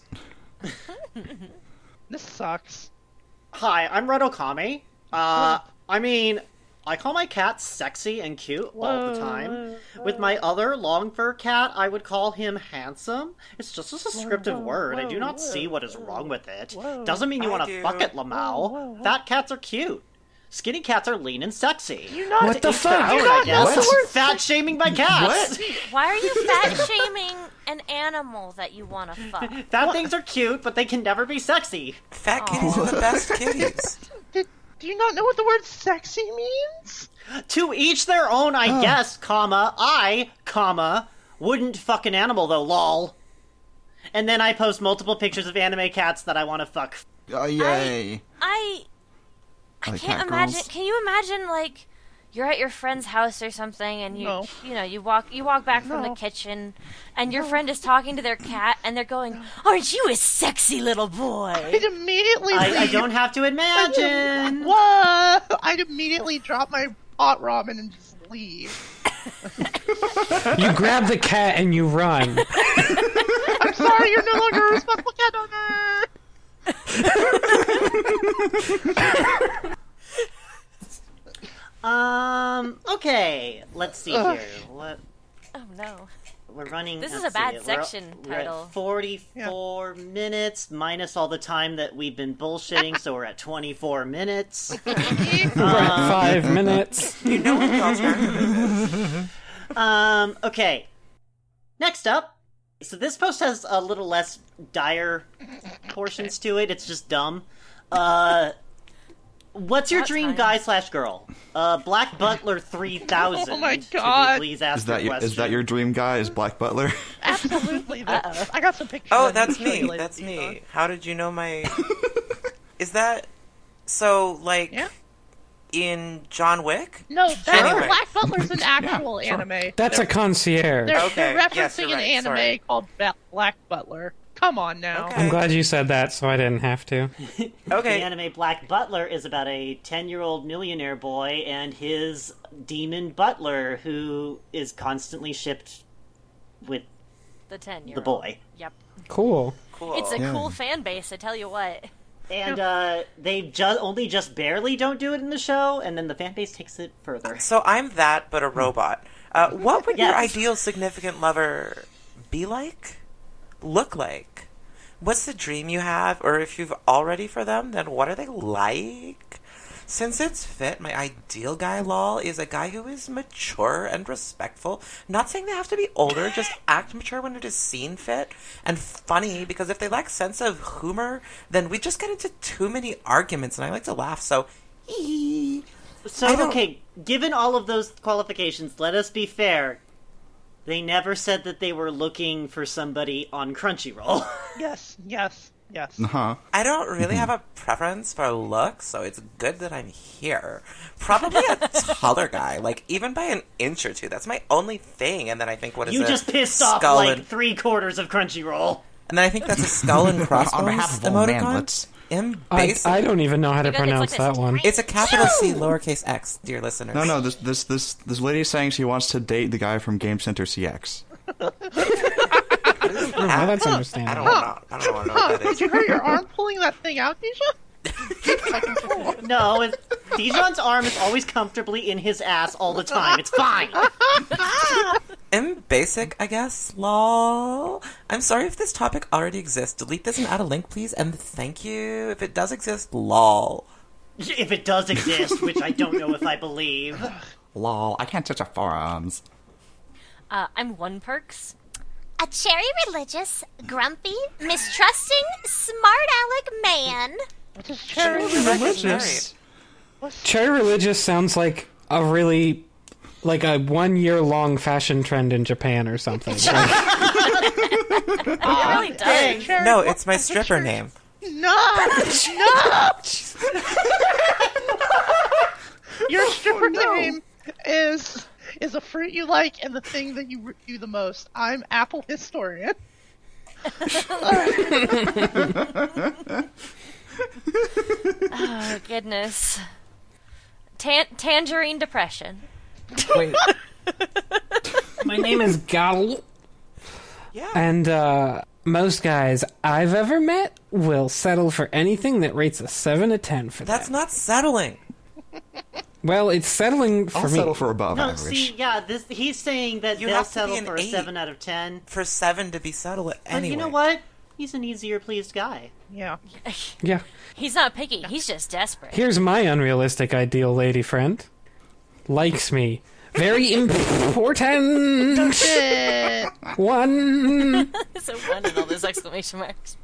This sucks. Hi, I'm Red Okame. Uh, I mean, I call my cats sexy and cute all the time. With my other long fur cat, I would call him handsome. It's just a descriptive word. I do not see what is wrong with it. Doesn't mean you I want to do. fuck it, Lamau. Fat cats are cute. Skinny cats are lean and sexy. You're not. What the fuck? Dude, I not guess. the word- Fat shaming by cats. Why are you fat shaming an animal that you want to fuck? Fat things are cute, but they can never be sexy. Fat kitties are the best kitties. Did, do you not know what the word sexy means? To each their own, I guess, comma, I, comma, wouldn't fuck an animal though, lol. And then I post multiple pictures of anime cats that I want to fuck. Oh, yay. I Oh, I Like can't cat imagine. girls. Can you imagine like you're at your friend's house or something and you No. you know, you walk you walk back from the kitchen and your friend is talking to their cat and they're going, "Aren't you a sexy little boy?" I'd immediately. I, I leave. don't have to imagine. Whoa! I'd immediately drop my hot ramen and just leave. You grab the cat and you run. sorry, you're no longer a responsible cat owner. Um. Okay. Let's see here. Let, Oh no. we're running. This is let's a bad see, we're- section we're at title. Forty-four minutes minus all the time that we've been bullshitting, so we're at twenty-four minutes. Five minutes. You know what the alternative is. Um, okay. Next up. So this post has a little less dire portions to it. It's just dumb. Uh, what's your That's dream fine. guy slash girl? Uh, Black Butler three thousand. Oh my God. Please ask Is that the your, is that question. your dream guy? Is Black Butler? Absolutely. that's- I got some pictures. Oh, I can that's show you me. later, That's Ethan. me. How did you know my? Is that so? Like Yeah. in John Wick? No, that Anyway. Black Butler's an actual anime. That's a concierge. They're, Okay, they're yes, referencing you're an right, anime sorry. called Ba- Black Butler. Come on now. Okay. I'm glad you said that, so I didn't have to. Okay. The anime Black Butler is about a 10 year old millionaire boy and his demon butler who is constantly shipped with The ten year the boy. Yep. Cool. Cool. It's a cool fan base, I tell you what. And uh, they just only just barely don't do it in the show, and then the fan base takes it further. So I'm that, but a robot. Uh, what would your Yes. ideal significant lover be like? Look like? What's the dream you have? Or if you've already for them, then what are they like? Since it's fit, my ideal guy, lol, is a guy who is mature and respectful. Not saying they have to be older, just act mature when it is seen fit and funny. Because if they lack sense of humor, then we just get into too many arguments, and I like to laugh. So, ee. I So, don't- okay, given all of those qualifications, let us be fair. They never said that they were looking for somebody on Crunchyroll. Yes, yes, yes. huh? Uh-huh. I don't Mm-hmm. really have a preference for look, so it's good that I'm here. Probably a taller guy, like even by an inch or two. That's my only thing. And then I think what is you it? just pissed off skull like and, three quarters of Crunchyroll. and then I think that's a skull and crossbones On behalf of all emoticon. men, let's- In I, basic, I don't even know how to Maybe I'll pronounce get that this one. right. it's a capital C, No! lowercase x, dear listeners. No, no. This this this this lady is saying she wants to date the guy from Game Center CX. Oh, well, that's Ah, I don't understandable. want to. I don't want to know what that Did is. you hurt your arm pulling that thing out, Nisha? No, it, Dijon's arm is always comfortably in his ass all the time. It's fine. In basic, I guess. Lol. I'm sorry if this topic already exists. Delete this and add a link, please. And thank you if it does exist. Lol. If it does exist, which I don't know if I believe. Lol, I can't touch her forearms. Uh, I'm one perks. A cherry religious, grumpy, mistrusting, smart aleck man. Which is terrible. Religious. Cherry religious sounds like a really like a one year long fashion trend in Japan or something. Like, Oh, It really does. No, it's my stripper name. No, no. Your stripper name is is a fruit you like and the thing that you do the most. I'm Apple Historian. Oh, goodness. Tan- tangerine depression. wait. My name is Gal. Yeah. And uh, most guys I've ever met will settle for anything that rates a seven to ten for That's them. not settling. Well, it's settling for I'll me. settle for above No, average. see, yeah, this he's saying that You they'll have to be settle an for a eight. seven out of ten. For seven to be settled But anyway. you know what? He's an easier pleased guy. Yeah. yeah. He's not picky, he's just desperate. Here's my unrealistic ideal lady friend. Likes me. Very important. One so one and all those exclamation marks.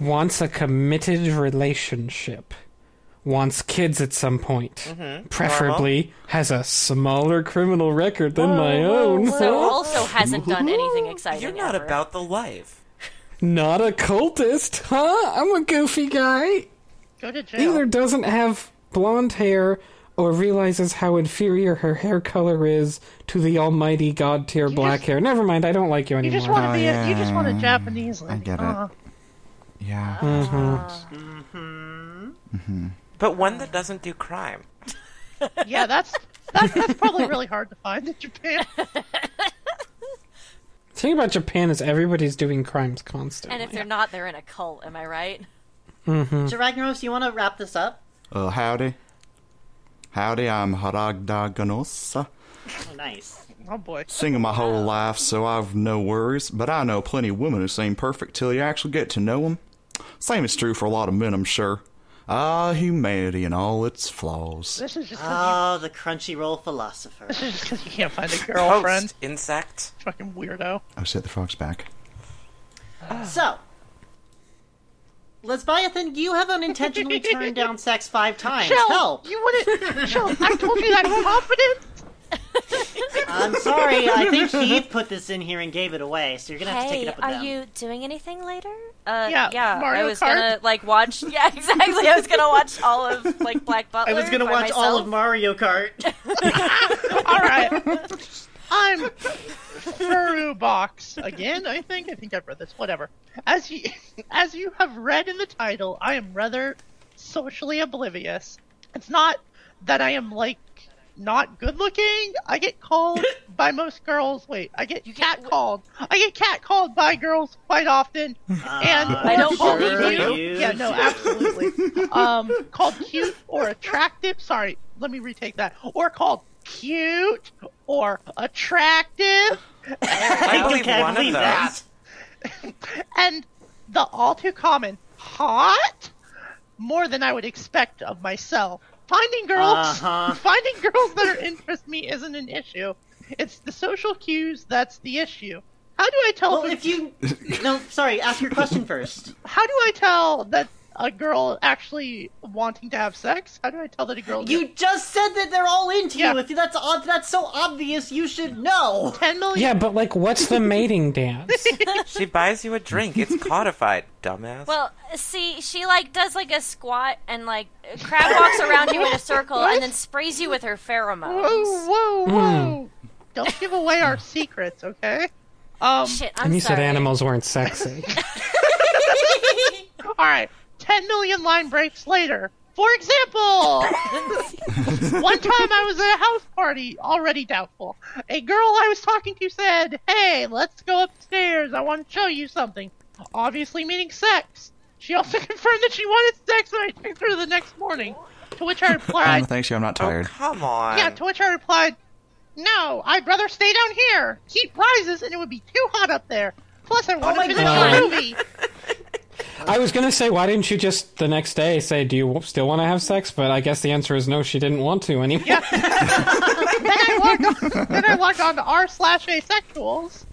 wants a committed relationship, wants kids at some point, preferably has a smaller criminal record than my own. So also hasn't done anything exciting. You're not ever. about the life. Not a cultist, huh? I'm a goofy guy. Go to jail. Either doesn't have blonde hair or realizes how inferior her hair color is to the almighty god tier black hair. Never mind, I don't like you you anymore. just want to Oh, be. A, you yeah. just want a Japanese lady. get it. Uh, Yeah. Mm-hmm. But one that doesn't do crime. yeah, that's that, that's probably really hard to find in Japan. thing about Japan is everybody's doing crimes constantly. And if they're not, they're in a cult. Am I right? Hmm. Mhm. So Ragnaros, do you want to wrap this up? Uh, howdy. Howdy, I'm Haragdaganos. nice. Oh boy. Singing my whole life, so I've no worries, but I know plenty of women who seem perfect till you actually get to know them. Same is true for a lot of men, I'm sure. Ah, humanity and all its flaws. This is just because Oh, the Crunchyroll philosopher. you can't find a girlfriend. Post insect. Fucking weirdo. I Oh, set the frogs back. So, Lesbiathan, you have unintentionally turned down sex five times. Shell, Help! you wouldn't. Shell, I told you that I'm confident. I'm sorry. I think Keith put this in here and gave it away, so you're gonna have to take it Hey, up with are them. you doing anything later? Uh, Yeah, Mario I was Kart. gonna like watch. Yeah, exactly. I was gonna watch all of like Black Butler. I was gonna by watch all myself. of Mario Kart. All right. I'm Furu Box again. I think. I think I've read this. Whatever. As you, as you have read in the title, I am rather socially oblivious. It's not that I am like not good looking. I get called by most girls. Wait, I get cat called. I get cat called by girls quite often. And Uh, I don't or believe cute. you. Yeah, no, do. absolutely. um, called cute or attractive. Sorry, let me retake that. Or called cute or attractive. I believe can't one of believe those. that. and the all too common hot more than I would expect of myself. Finding girls, Uh-huh. finding girls that are interest me isn't an issue. It's the social cues that's the issue. How do I tell? Well, if if you no, sorry, ask your question first. how do I tell that a girl actually wanting to have sex? How do I tell that a girl? You just said that they're all into Yeah. you. If that's ob- that's so obvious, you should know. ten million? Yeah, but like, what's the mating dance? She buys you a drink. It's codified, dumbass. Well, see, she like does like a squat and like crab walks around you in a circle and then sprays you with her Whoa, pheromones. whoa, whoa! Hmm. Don't give away our secrets, okay? Um, Shit, I'm and you sorry. said animals weren't sexy. All right, 10 million line breaks later. For example, one time I was at a house party, already doubtful. A girl I was talking to said, Hey, let's go upstairs. I want to show you something. Obviously, meaning sex. She also confirmed that she wanted sex when I took her the next morning. To which I Um, replied, thanks, you. I'm not oh, tired. come on. Yeah, to which I replied, No, I'd rather stay down here. Heat rises and it would be too hot up there. Plus, I want my to finish God. the movie. I was gonna say, why didn't you just the next day say, "Do you still want to have sex?" But I guess the answer is no. She didn't want to anyway. then I logged on, then I logged on to r slash asexuals.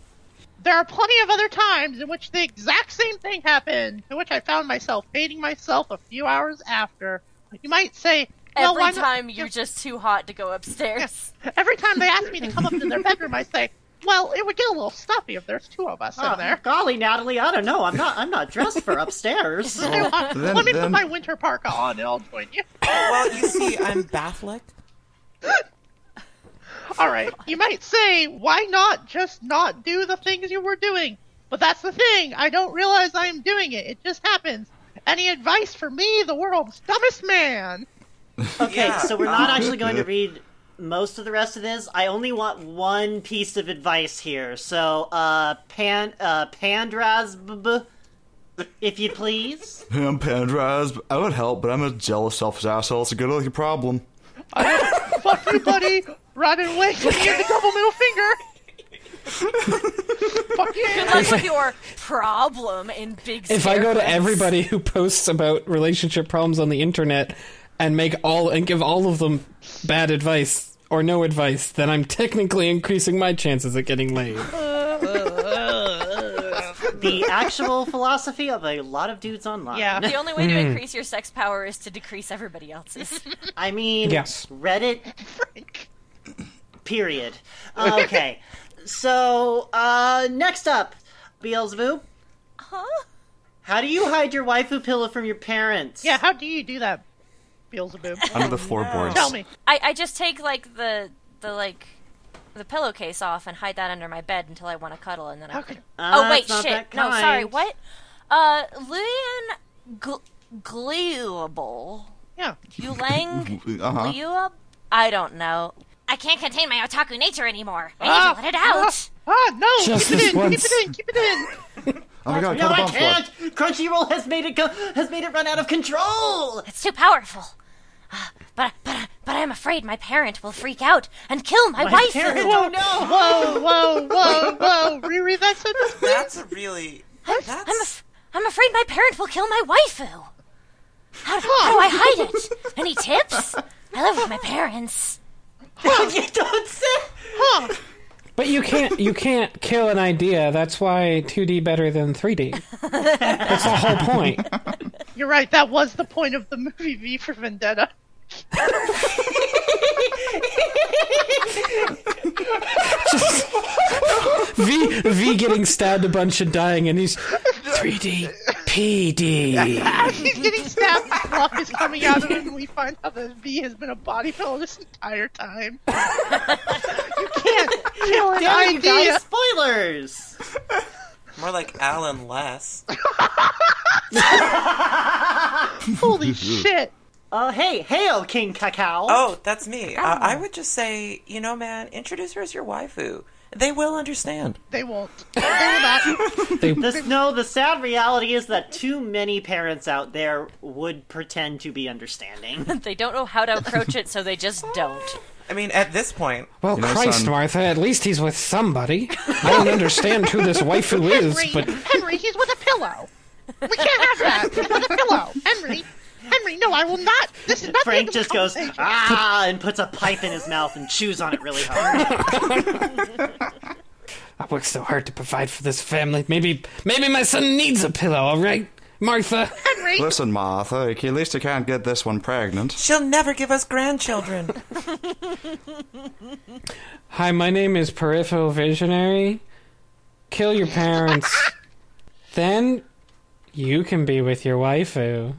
There are plenty of other times in which the exact same thing happened, in which I found myself hating myself a few hours after. You might say, well, why Every not- time you're just too hot to go upstairs. every time they ask me to come up to their bedroom, I say, well, it would get a little stuffy if there's two of us Oh, in there. golly, Natalie, I don't know. I'm not. I'm not dressed for upstairs. Then, Let me put then- my winter parka on and I'll join you. Well, you see, I'm Bathlick. All right. You might say, why not just not do the things you were doing? But that's the thing. I don't realize I am doing it. It just happens. Any advice for me, the world's dumbest man? Okay, Yeah. so we're not actually going to read most of the rest of this. I only want one piece of advice here. So, uh, pan, uh, Pandras, if you please. I'm Pandras. I would help, but I'm a jealous, selfish asshole. It's a good looking problem. Fuck you, buddy. Run away. Give me the double middle finger. Fuck you. Good luck with your problem in big. if I go to staircase. everybody who posts about relationship problems on the internet and make all and give all of them bad advice or no advice, then I'm technically increasing my chances at getting laid. The actual philosophy of a lot of dudes online. Yeah. the only way to Hmm. increase your sex power is to decrease everybody else's. I mean, Yes. Reddit, period. Okay. so, uh, next up, Beelzebub. huh? How do you hide your waifu pillow from your parents? Yeah, how do you do that, Beelzebub? Under the floorboards. Tell me. I, I just take like the the like the pillowcase off and hide that under my bed until I want to cuddle, and then I. How could- Ah, oh wait, it's not shit! that No, sorry. kind. What? Uh, Luyan gl- gluable. Yeah. Yulang Uh huh. Glue I don't know. I can't contain my otaku nature anymore. I need Ah, to let it out. Ah, no! Just keep this it in, once. keep it in, keep it in! Oh my god, No, cut it I off for it. can't. Crunchyroll has made it go, has made it run out of control. It's Oh, too powerful. Ah, But but but I'm afraid my parent will freak out and kill my, My wife. Oh, parents don't know. Whoa, whoa, whoa, whoa! Riri, that sentence, please. That's a really. I'm, That's af- I'm afraid my parent will kill my waifu. How, how do I hide it? Any tips? I live with my parents. you don't say. But you can't you can't kill an idea. That's why 2D better than 3D. That's the whole point. You're right, that was the point of the movie V for Vendetta. Just V V getting stabbed a bunch and dying, and he's 3D PD. As he's getting stabbed, the blood is coming out of him, and we find out that V has been a body pillow this entire time. you can't kill an Damn you idea! guys, spoilers. more like Alan Less. Holy shit! Oh, hey, hail King Kakao. Oh, that's me. Uh, I would just say, you know, man, introduce her as your waifu. They will understand. They won't. They will not. This, no, the sad reality is that too many parents out there would pretend to be understanding. They don't know how to approach it, so they just don't. I mean, at this point, Well, know, Christ, son. Martha. At least he's with somebody. I don't understand who this waifu is, Henry, but Henry, he's with a pillow. We can't have that. He's with a pillow. Henry, Henry, no, I will not. This is not the Frank end of the just goes conversation. ah and puts a pipe in his mouth and chews on it really hard. I work so hard to provide for this family. Maybe maybe my son needs a pillow. All right, Martha. Henry, Listen, Martha, at least you can't get this one pregnant. she'll never give us grandchildren. Hi, my name is Peripheral Visionary. Kill your parents. then you can be with your waifu.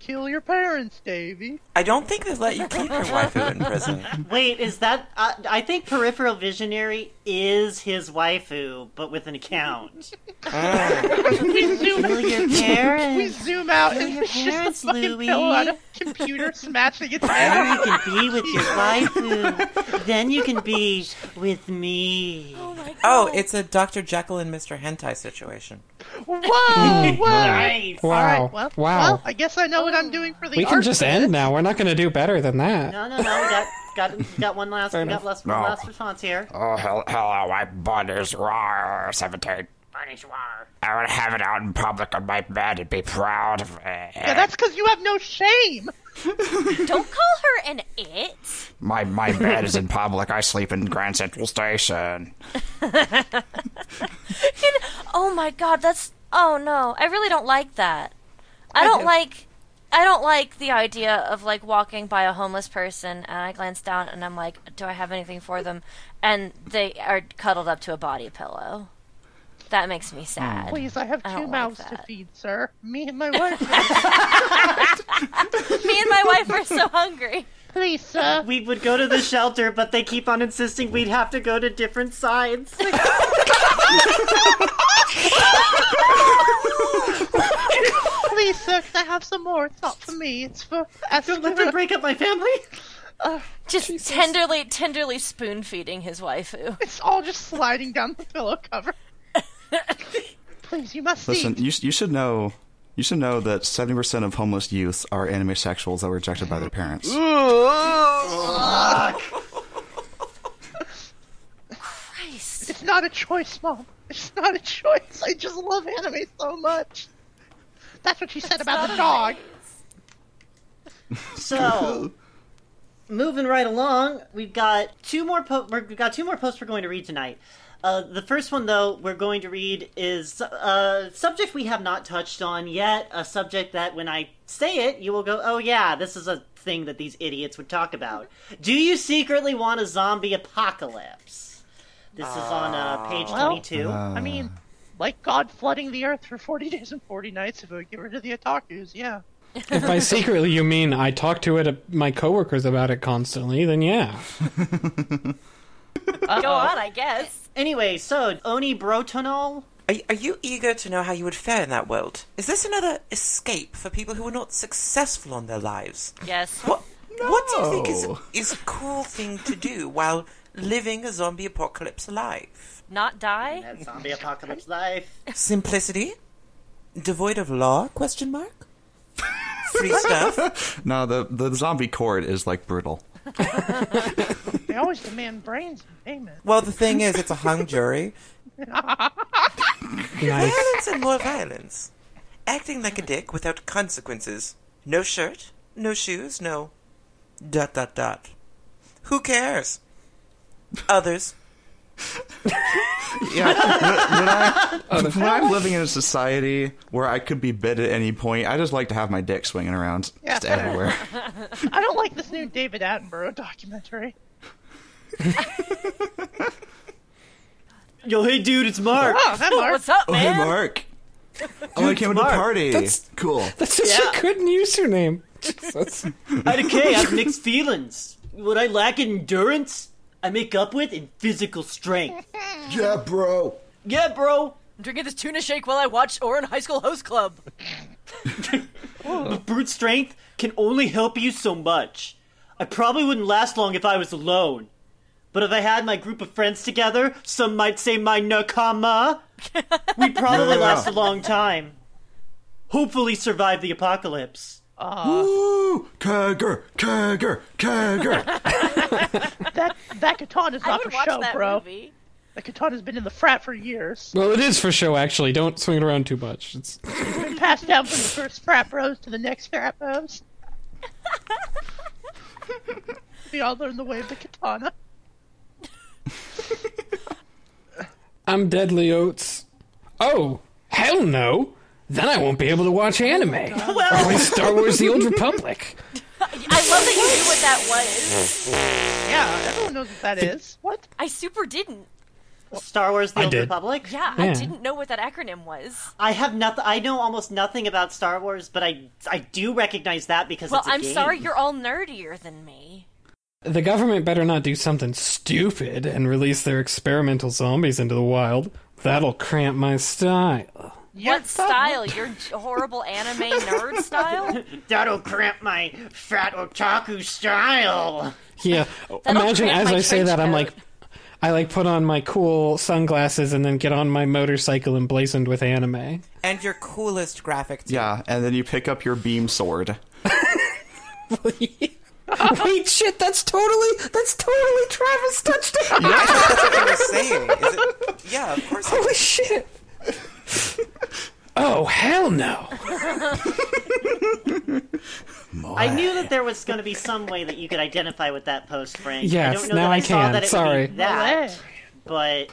kill your parents, Davy. I don't think they let you keep your waifu in prison. Wait, is that? Uh, I think peripheral visionary is his waifu, but with an account. We zoom, Kill your we parents. zoom out, Kill and your it's parents, just a fucking Louis. pillow on a computer smashing its Then head. you can be with your waifu. Then you can be with me. Oh, it's a Dr. Jekyll and Mr. Hentai situation. Whoa, whoa! Nice. Wow. All right, well, wow. well, I guess I know what I'm doing for the. we can art just for end this. now. We're not going to do better than that. No, no, no. We got got got one last. We enough. got last, one No. last response here. Oh, hell, hello, I'm Butters Roar 17. I would have it out in public on my bed and be proud of it. eh. Yeah, that's because you have no shame. Don't call her an it. my, my bed is in public. I sleep in Grand Central Station. Oh my god, that's oh no. I really don't like that. I don't like I don't like the idea of like walking by a homeless person and I glance down and I'm like, do I have anything for them? And they are cuddled up to a body pillow. That makes Hmm. me sad. Please, I have I two don't like mouths to that. feed, sir. Me and my wife. Me and my wife are so hungry. Please, sir. We would go to the shelter, but they keep on insisting we'd have to go to different sides. Please, sir, can I have some more? It's not for me. It's for. As Don't let them break up my family. Uh, Just tenderly tenderly spoon feeding his waifu. It's all just sliding down the pillow cover. Please, you must Listen, eat. you, you should know. You should know that 70% of homeless youths are anime sexuals that were rejected by their parents. Christ. It's not a choice, Mom. It's not a choice. I just love anime so much. That's what she said about the dog. So, moving right along, we've got two more. Po- we're- we've got two more posts we're going to read tonight. Uh, the first one, though, we're going to read is a subject we have not touched on yet. A subject that, when I say it, you will go, "Oh yeah, this is a thing that these idiots would talk about." Do you secretly want a zombie apocalypse? This is on uh, page Well, uh, twenty-two. I mean, like God flooding the earth for 40 days and 40 nights if it would get rid of the otakus, yeah. If by secretly you mean I talk to it uh, my coworkers about it constantly, then yeah. Go on, I guess. Anyway, so Oni Brotonol. Are, are you eager to know how you would fare in that world? Is this another escape for people who were not successful on their lives? Yes. What What do you think is a, is a cool thing to do while living a zombie apocalypse life? Not die? Zombie apocalypse life. Simplicity? Devoid of law? Question mark? Free stuff? No, the the zombie court is like brutal. They always demand brains and payment. Well, the thing is, it's a hung jury. Nice. Violence and more violence. Acting like a dick without consequences. No shirt, no shoes, no. dot dot dot. Who cares? Others. Yeah, when, when I, when I'm living in a society where I could be bit at any point, I just like to have my dick swinging around just everywhere. I don't like this new David Attenborough documentary. Yo, hey, dude, it's Mark. Oh, hi, Mark. What's up, Oh, hey, man? Mark. Oh, I came to the Mark. party. That's- cool. That's such a Yeah. good username. Jesus. I decay, I have mixed feelings. What I lack in endurance, I make up with in physical strength. Yeah, bro. Yeah, bro. I'm drinking this tuna shake while I watch Orin High School Host Club. Brute strength can only help you so much. I probably wouldn't last long if I was alone. But if I had my group of friends together, some might say my nakama, we'd probably Yeah. last a long time. Hopefully survive the apocalypse. Oh. Woo! Kegger, kegger, kegger. That that katana's I not for would watch show, that bro. movie. The katana's been in the frat for years. Well, it is for show, actually. Don't swing it around too much. It's Been passed down from the first frat bros to the next frat bros. we all learned the way of the katana. I'm deadly oats. Oh, hell no. Then I won't be able to watch Oh anime. Well, Like Star Wars The Old Republic. I love that you knew what that was. Yeah, everyone knows what that is. What? I super didn't. Star Wars: The I Old did. Republic. Yeah, I Yeah. didn't know what that acronym was. I have nothing. I know almost nothing about Star Wars, but I I do recognize that because Well, it's a I'm game. sorry you're all nerdier than me. The government better not do something stupid and release their experimental zombies into the wild. That'll cramp my style. What style? Your j- horrible anime nerd style? That'll cramp my frat otaku style. Yeah. That'll Imagine cramp as my I say trench that, I'm coat. like, I like put on my cool sunglasses and then get on my motorcycle emblazoned with anime. And your coolest graphic. team. Yeah, and then you pick up your beam sword. Wait, shit, that's totally, that's totally Travis touchdown. That's what I was saying. Is it, yeah, of course. it- Holy shit! oh hell no! I knew that there was going to be some way that you could identify with that post, Frank. I Yes, don't now know that I saw can. That it Sorry. Would be that, but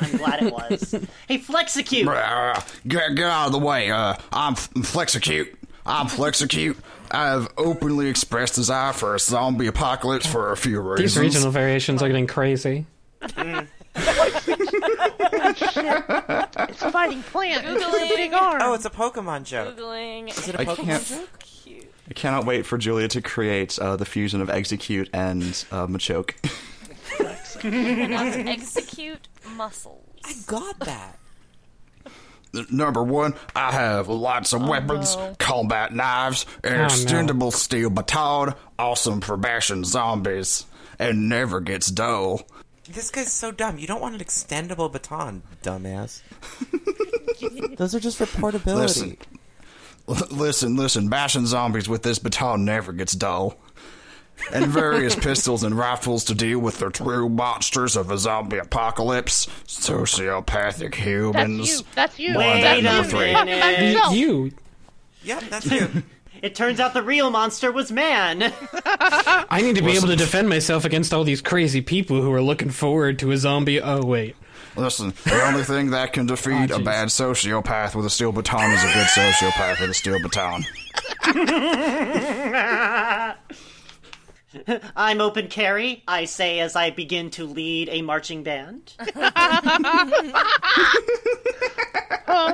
I'm glad it was. hey, Flexicute. Uh, get, get out of the way. Uh, I'm f- Flexicute. I'm Flexicute. I've openly expressed desire for a zombie apocalypse for a few These reasons. regional variations are getting crazy. It's a fighting plant. It's Googling. a big arm. Oh, it's a Pokemon joke. Googling. Is it a I Pokemon can't- joke? I cannot wait for Julia to create uh, the fusion of Execute and uh, Machoke. Execute muscles. I got that. Number one, I have lots Oh, of weapons, combat knives, an Oh, no. extendable steel baton, awesome for bashing zombies, and never gets dull. This guy's so dumb. You don't want an extendable baton, dumbass. Those are just for portability. Listen, L- listen, listen, bashing zombies with this baton never gets dull. And various pistols and rifles to deal with the true monsters of a zombie apocalypse, sociopathic That's humans. you. That's you. Wait That's a you. minute. You're talking about Y- yourself. You, Yep, that's you. It turns out the real monster was man. I need to be able to defend myself against all these crazy people who are looking forward to a zombie. Oh wait, Listen, the only thing that can defeat Ah, a jeez. bad sociopath with a steel baton is a good sociopath with a steel baton. I'm open carry. I say as I begin to lead a marching band. All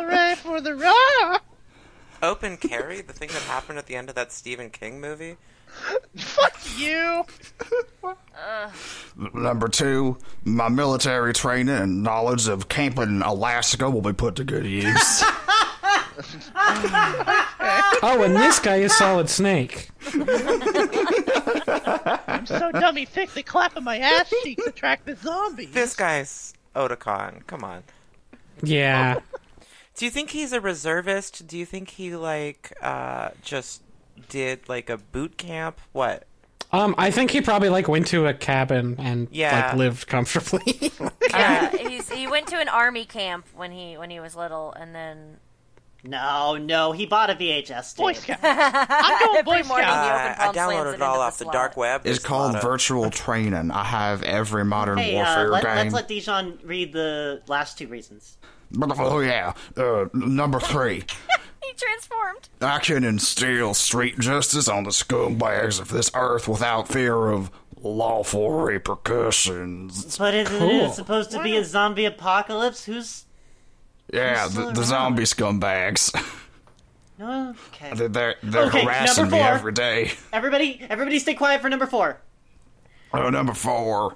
right, for the raw. Open carry, the thing that happened at the end of that Stephen King movie. Fuck you. Number two, my military training and knowledge of camping in Alaska will be put to good use. oh and this guy is Solid Snake. I'm so dummy thick they clap on my ass cheeks to track the zombies. This guy's Otakon. Come on. Yeah. Do you think he's a reservist? Do you think he like uh just did like a boot camp? What? Um, I think he probably like went to a cabin and Yeah. like lived comfortably. Yeah, he's, he went to an army camp when he when he was little, and then No, no, he bought a VHS Boy tape. Scout. I'm going Boy every morning Scout. he Uh, opened I palm slams downloaded it it all into off the slot. dark web. It's There's a called lot of- virtual training. I have every modern Hey, uh, warfare let, game. let's let Dijon read the last two reasons. Oh, yeah. Uh, number three. He transformed. I can instill street justice on the scumbags of this earth without fear of lawful repercussions. But isn't Cool. it supposed to be a zombie apocalypse? Who's Yeah, Who's still the, the around? zombie scumbags. no? Okay. They're, they're, they're Okay, harassing number me four. every day. Everybody, everybody, stay quiet for number four. Uh, number four.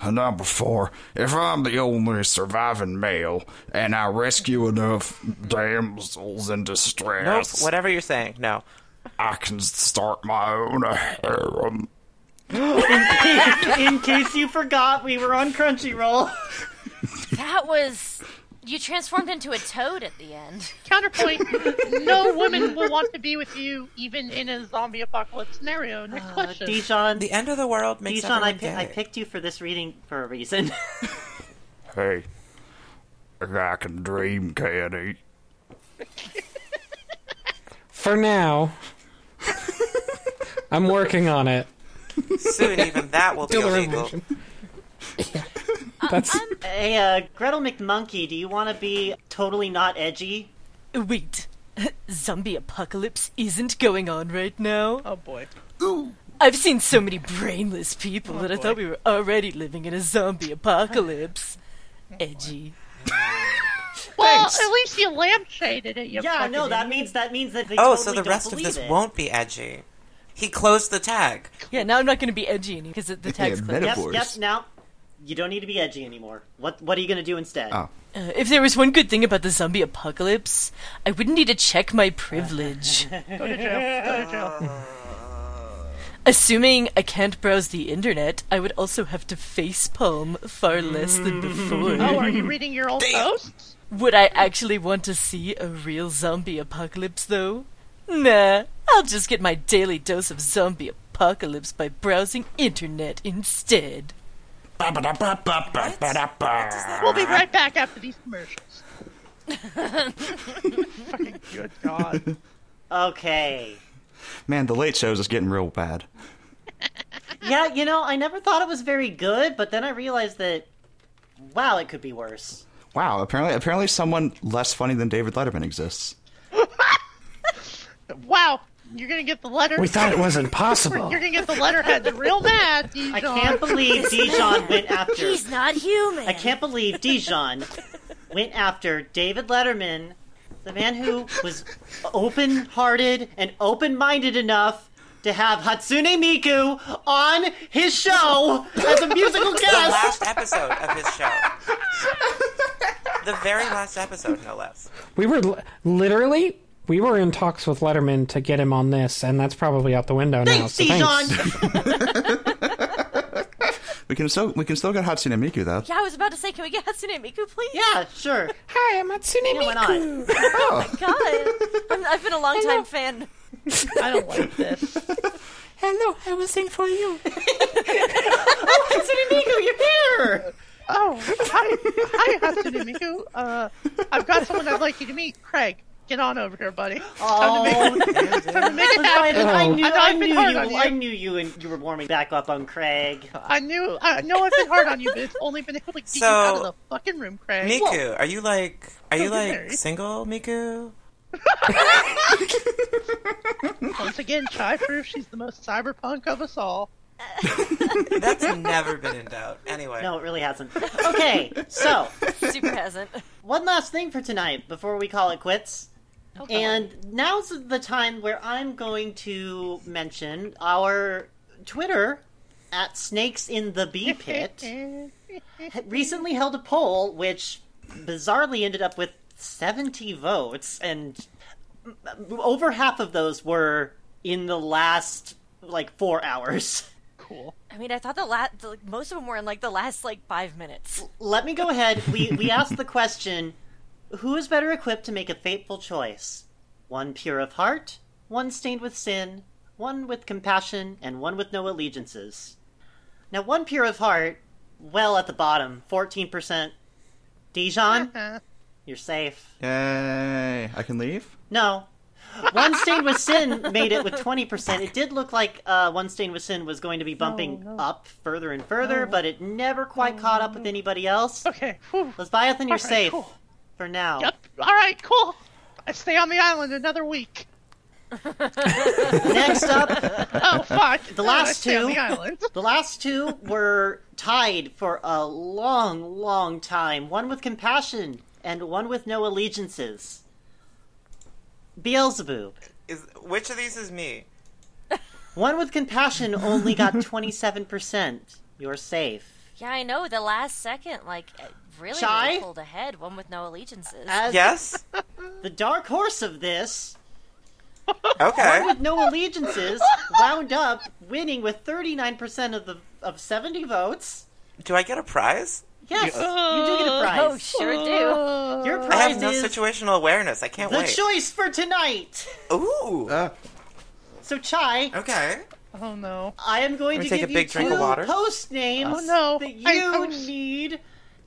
Uh, Number four. If I'm the only surviving male and I rescue enough damsels in Nope, distress, whatever you're saying. No. I can start my own harem. In case you forgot, we were on Crunchyroll. That was you transformed into a toad at the end. Counterpoint: No woman will want to be with you, even in a zombie apocalypse scenario. Next question. Uh, Dijon, The end of the world makes Dijon, I, everyone pi- I gay. picked you for this reading for a reason. Hey, I can dream, Caddy. For now, I'm working on it. Soon even that will be Still the illegal. revolution. Yeah. That's hey, uh, Gretel McMonkey, do you want to be totally not edgy? Wait. Zombie apocalypse isn't going on right now. Oh boy. Oh, I've seen so many brainless people that I thought we were already living in a zombie apocalypse. Oh, Edgy. Well, at least you lampshaded it. You Yeah, fucking no, that idiot. means that means that they Oh, totally so the don't rest of believe this it. won't be edgy. He closed the tag. Yeah, now I'm not going to be edgy anymore because the tag's Yeah, clear. meta- Yep, Divorce. yep. Now you don't need to be edgy anymore. What What are you gonna do instead? Oh. Uh, if there was one good thing about the zombie apocalypse, I wouldn't need to check my privilege. Go to jail. Go to jail. Assuming I can't browse the internet, I would also have to facepalm far less than before. Oh, are you reading your old posts? Would I actually want to see a real zombie apocalypse, though? Nah, I'll just get my daily dose of zombie apocalypse by browsing internet instead. We'll be right back after these commercials. Oh. Fucking good God. Okay. Man, the late shows is getting real bad. Yeah, you know, I never thought it was very good, but then I realized that, wow, it could be worse. Wow, apparently apparently someone less funny than David Letterman exists. Wow, you're gonna get the letter. we thought it wasn't possible. You're gonna get the letterhead real mad. Dijon. I can't believe Dijon went after. He's not human. I can't believe Dijon went after David Letterman, the man who was open-hearted and open-minded enough to have Hatsune Miku on his show as a musical The guest. last episode of his show. the very last episode, no less. We were li- literally we were in talks with Letterman to get him on this, and that's probably out the window now. Thanks, So thanks. Dijon. We can still we can still get Hatsune Miku though. Yeah, I was about to say, can we get Hatsune Miku, please? Yeah, sure. Hi, I'm Hatsune Yeah, why Miku. not? Oh God, I'm, I've been a long time fan. I don't like this. Hello, I was in for you. Oh, Hatsune Miku, you're here. Oh, hi, hi, Hatsune Miku. Uh, I've got someone I'd like you to meet. Craig, get on over here, buddy. Oh, Time to make it Ryan, happen. I Oh. knew, I know I I've knew been you, hard on you. I knew you, and you were warming back up on Craig. I knew. I know I've been hard on you, but it's only been able to get you So- out of the fucking room, Craig. Miku, are you like are you Don't get like married. single, Miku? Once again, Chai proof she's the most cyberpunk of us all. That's never been in doubt. Anyway. No, it really hasn't. Okay, so Super hasn't. one last thing for tonight before we call it quits. Oh, and now's the time where I'm going to mention our Twitter at Snakes in the Bee Pit Eh, recently held a poll which bizarrely ended up with 70 votes, and over half of those were in the last like four hours. Cool. I mean, I thought the last the, most of them were in like the last like five minutes. Let me go ahead. We we asked the question: Who is better equipped to make a fateful choice? One pure of heart, one stained with sin, one with compassion, and one with no allegiances. Now, one pure of heart, well at the bottom, fourteen percent. Dijon, you're safe. Yay. I can leave? No. One Stain with Sin made it with 20%. It did look like uh, One Stain with Sin was going to be bumping Oh, up further and further, but it never quite caught up with anybody else. Okay. Whew. Leviathan, you're All right, safe cool. for now. Yep. All right. Cool. I stay on the island another week. Next up, Oh fuck. The No, I last stay on two. the island. the last two were tied for a long, long time one with compassion and one with no allegiances. Beelzebub. Is which of these is me? One with compassion only got 27%. You're safe. Yeah, I know. The last second, like, it really, Chai? really pulled ahead. One with no allegiances. As Yes. the dark horse of this, Okay. with no allegiances, wound up winning with 39% of the of 70 votes. Do I get a prize? Yes, you do get a oh, prize. sure do. Oh. Your I prize have no is situational awareness. I can't the Uh. wait. choice for tonight. Ooh. So Chai, okay. Oh no. I am going Let me to take give a big you drink two of water. post names Oh, no. that you I- oh. I'm- need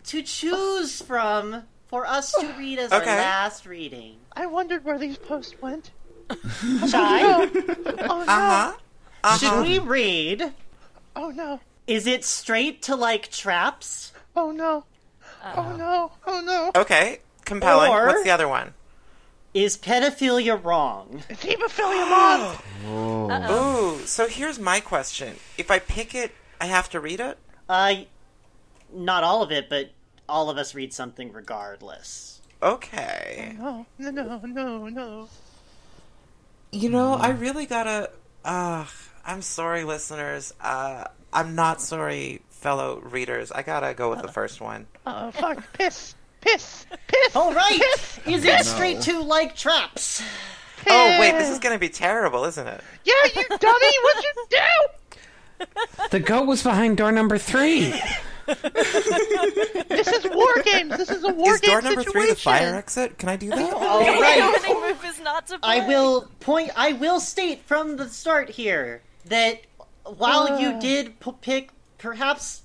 to choose from for us to read as our Okay. last reading. I wondered where these posts went. Chai, Oh no. Uh huh. should we read? Oh no. Is it straight to like traps? Oh no. Uh-huh. Oh no. Oh no. Okay. Compelling. Or- What's the other one? Is pedophilia wrong? It's hemophilia month. Ooh. So here's my question. If I pick it, I have to read it. Uh, not all of it, but all of us read something regardless. Okay. No. No. No. No. No. You know, I really gotta. Uh, I'm sorry, listeners. Uh, I'm not sorry, fellow readers. I gotta go with the first one. Oh fuck. Piss. Piss. Piss. All right, is it straight to like traps? Oh wait, this is gonna be terrible, isn't it? Yeah, you dummy. What'd you do? The goat was behind door number three. This is war games. This is a war Is game door number situation. three the fire exit? Can I do that? All right, Opening move is not to I play. will point. I will state from the start here that while Uh. you did p- pick perhaps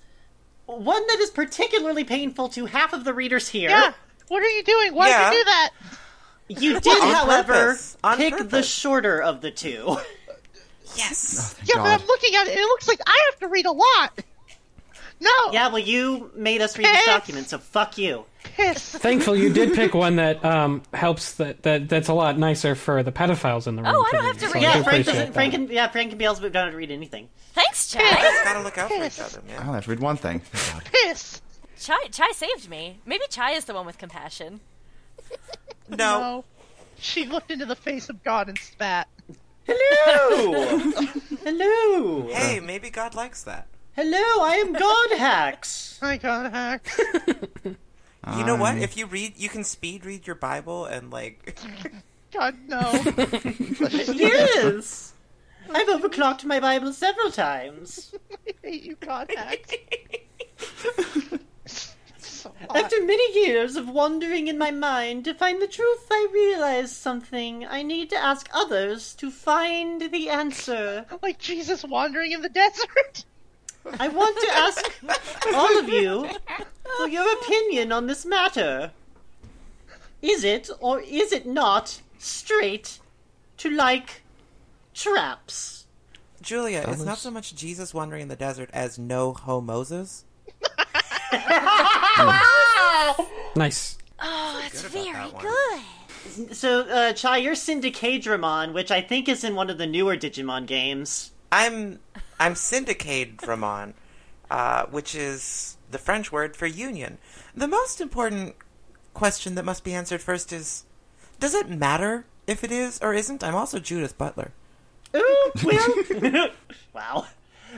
one that is particularly painful to half of the readers here, Yeah. What are you doing? Why Yeah. did you do that? you did, On however, purpose. On pick the purpose. shorter of the two. Yes. Yeah, God. but I'm looking at it. and It looks like I have to read a lot. No. yeah, well, you made us read this Piss. document, so fuck you. Piss. Thankful you did pick one that um, helps. That, that that's a lot nicer for the pedophiles in the Oh, room. Oh, I don't read, have to so read. I Yeah, do Frank appreciate doesn't. that. Frank and yeah, Frank and Beelzebub don't have to read anything. Thanks, Chai. Gotta look out for each other, man. I only have to read one thing. Piss. Chai. Chai saved me. Maybe Chai is the one with compassion. No. No. She looked into the face of God and spat. Hello, hello, Hey, maybe God likes that. hello! I am God Hacks. I got hacked. You know what? If you read, you can speed read your Bible and like. God no. Yes, I've overclocked my Bible several times. I hate you, God hacked. so hot. After many years of wandering in my mind to find the truth, I realize something. I need to ask others to find the answer. Like Jesus wandering in the desert. I want to ask all of you for your opinion on this matter. Is it or is it not straight to like traps? Julia, it's not so much Jesus wandering in the desert as no ho Moses. Nice. Oh, that's very good. So, uh, Chai, you're Syndicadramon, which I think is in one of the newer Digimon games. I'm I'm syndicate Ramon, uh, which is the French word for union. The most important question that must be answered first is: Does it matter if it is or isn't? I'm also Judith Butler. Ooh, well, wow.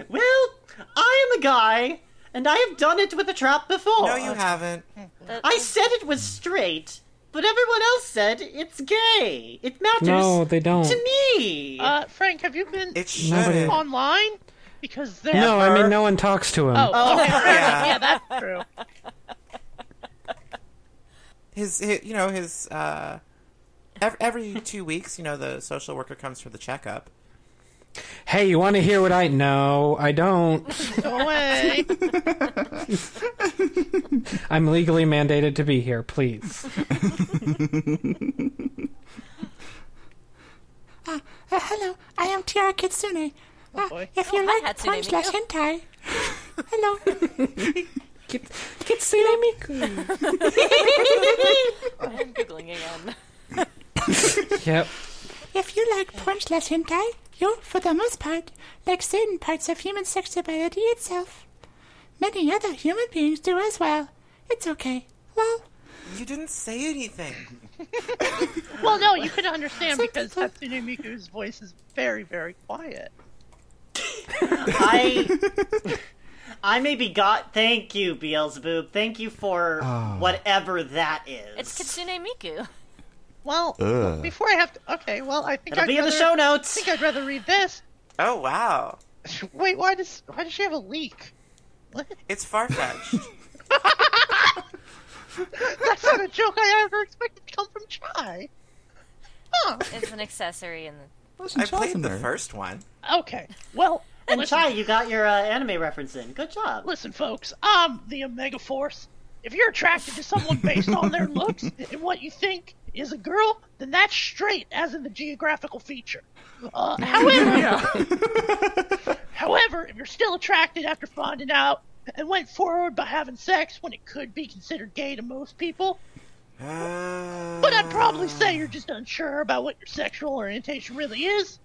Well, I am a guy, and I have done it with a trap before. No, you haven't. I said it was straight, But everyone else said it's gay. It matters No, they don't. to me. Uh, Frank, have you been Nobody- It shouldn't. online? Because there. No, I mean no one talks to him. Oh, okay, fair enough. Yeah. yeah, that's true. his, hi you know his uh ev- every two weeks you know the social worker comes for the checkup Hey, you want to hear what I? No, I don't. Go away. I'm legally mandated to be here. Please. Uh, hello, I am Tiara Kitsune. Uh, boy. if you Oh, hi, like Hatsune porn slash Miku. hentai, hello. Kitsune Miku. I'm googling again. Yep. If you like porn slash hentai, you, for the most part, like certain parts of human sexuality itself. Many other human beings do as well. It's okay. Well, you didn't say anything well, no, you couldn't understand because Hatsune Miku's voice is very, very quiet. I I maybe got thank you, Beelzebub. Thank you for Ah. whatever that is. It's Kitsune Miku. Well, Ugh. before I have to. Okay, well, I think It'll I'd be in rather, the show I notes. think I'd rather read this. oh wow Wait, why does why does she have a leak? What? it's far-fetched That's not a joke I ever expected to come from Chai. Huh. It's an accessory in the. i played the first one Okay. Well, And listen, Chai, you got your uh, anime reference in. Good job. listen, folks. I'm the Omega Force. If you're attracted to someone based on their looks and what you think is a girl, then that's straight, as in the geographical feature. Uh, however, however, if you're still attracted after finding out and went forward by having sex when it could be considered gay to most people, But I'd probably say you're just unsure about what your sexual orientation really is.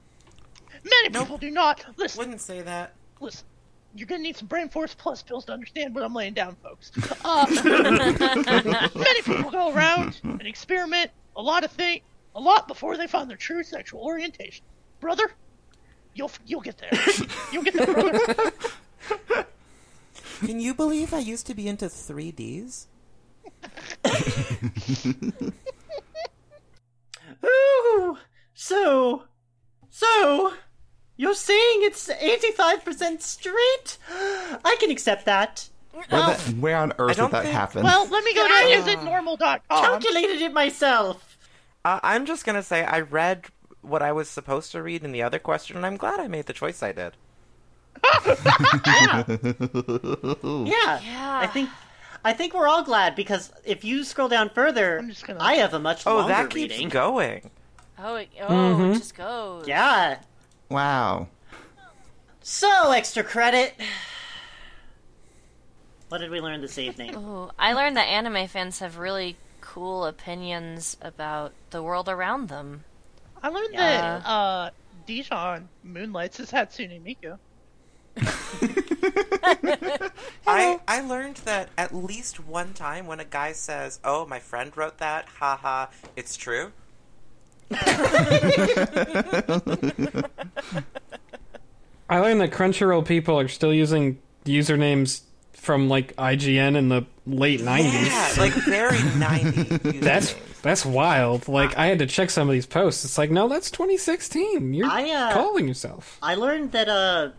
Many people do not. Listen, wouldn't say that listen. You're gonna need some brain force plus pills to understand what I'm laying down, folks. Uh, many people go around and experiment a lot of things, a lot before they find their true sexual orientation. Brother, you'll you'll get there. You'll get there, brother. can you believe i used to be into 3ds Uh, Ooh, so, so, you're saying it's 85% straight? I can accept that. Where, the- where on earth don't did that think- happen? Well, let me go to isitnormal.com. Calculated it myself. uh, i'm just gonna say i read what i was supposed to read in the other question and i'm glad i made the choice i did Hmm. Yeah. Yeah. I think, I think we're all glad because if you scroll down further, just gonna- I have a much oh longer that keeps reading. going Oh, it, oh, it Mm-hmm. just goes. Yeah. wow. So extra credit. What did we learn this evening? Ooh, I learned that anime fans have really cool opinions about the world around them. I learned that uh, Dijon moonlights as Hatsune Miku. I, I learned that at least one time when a guy says oh my friend wrote that haha it's true I learned that Crunchyroll people are still using usernames from like IGN in the late '90s. yeah like very 90 That's that's wild. Like I had to check some of these posts. It's like, no, that's 2016. You're I, uh, calling yourself. I learned that uh,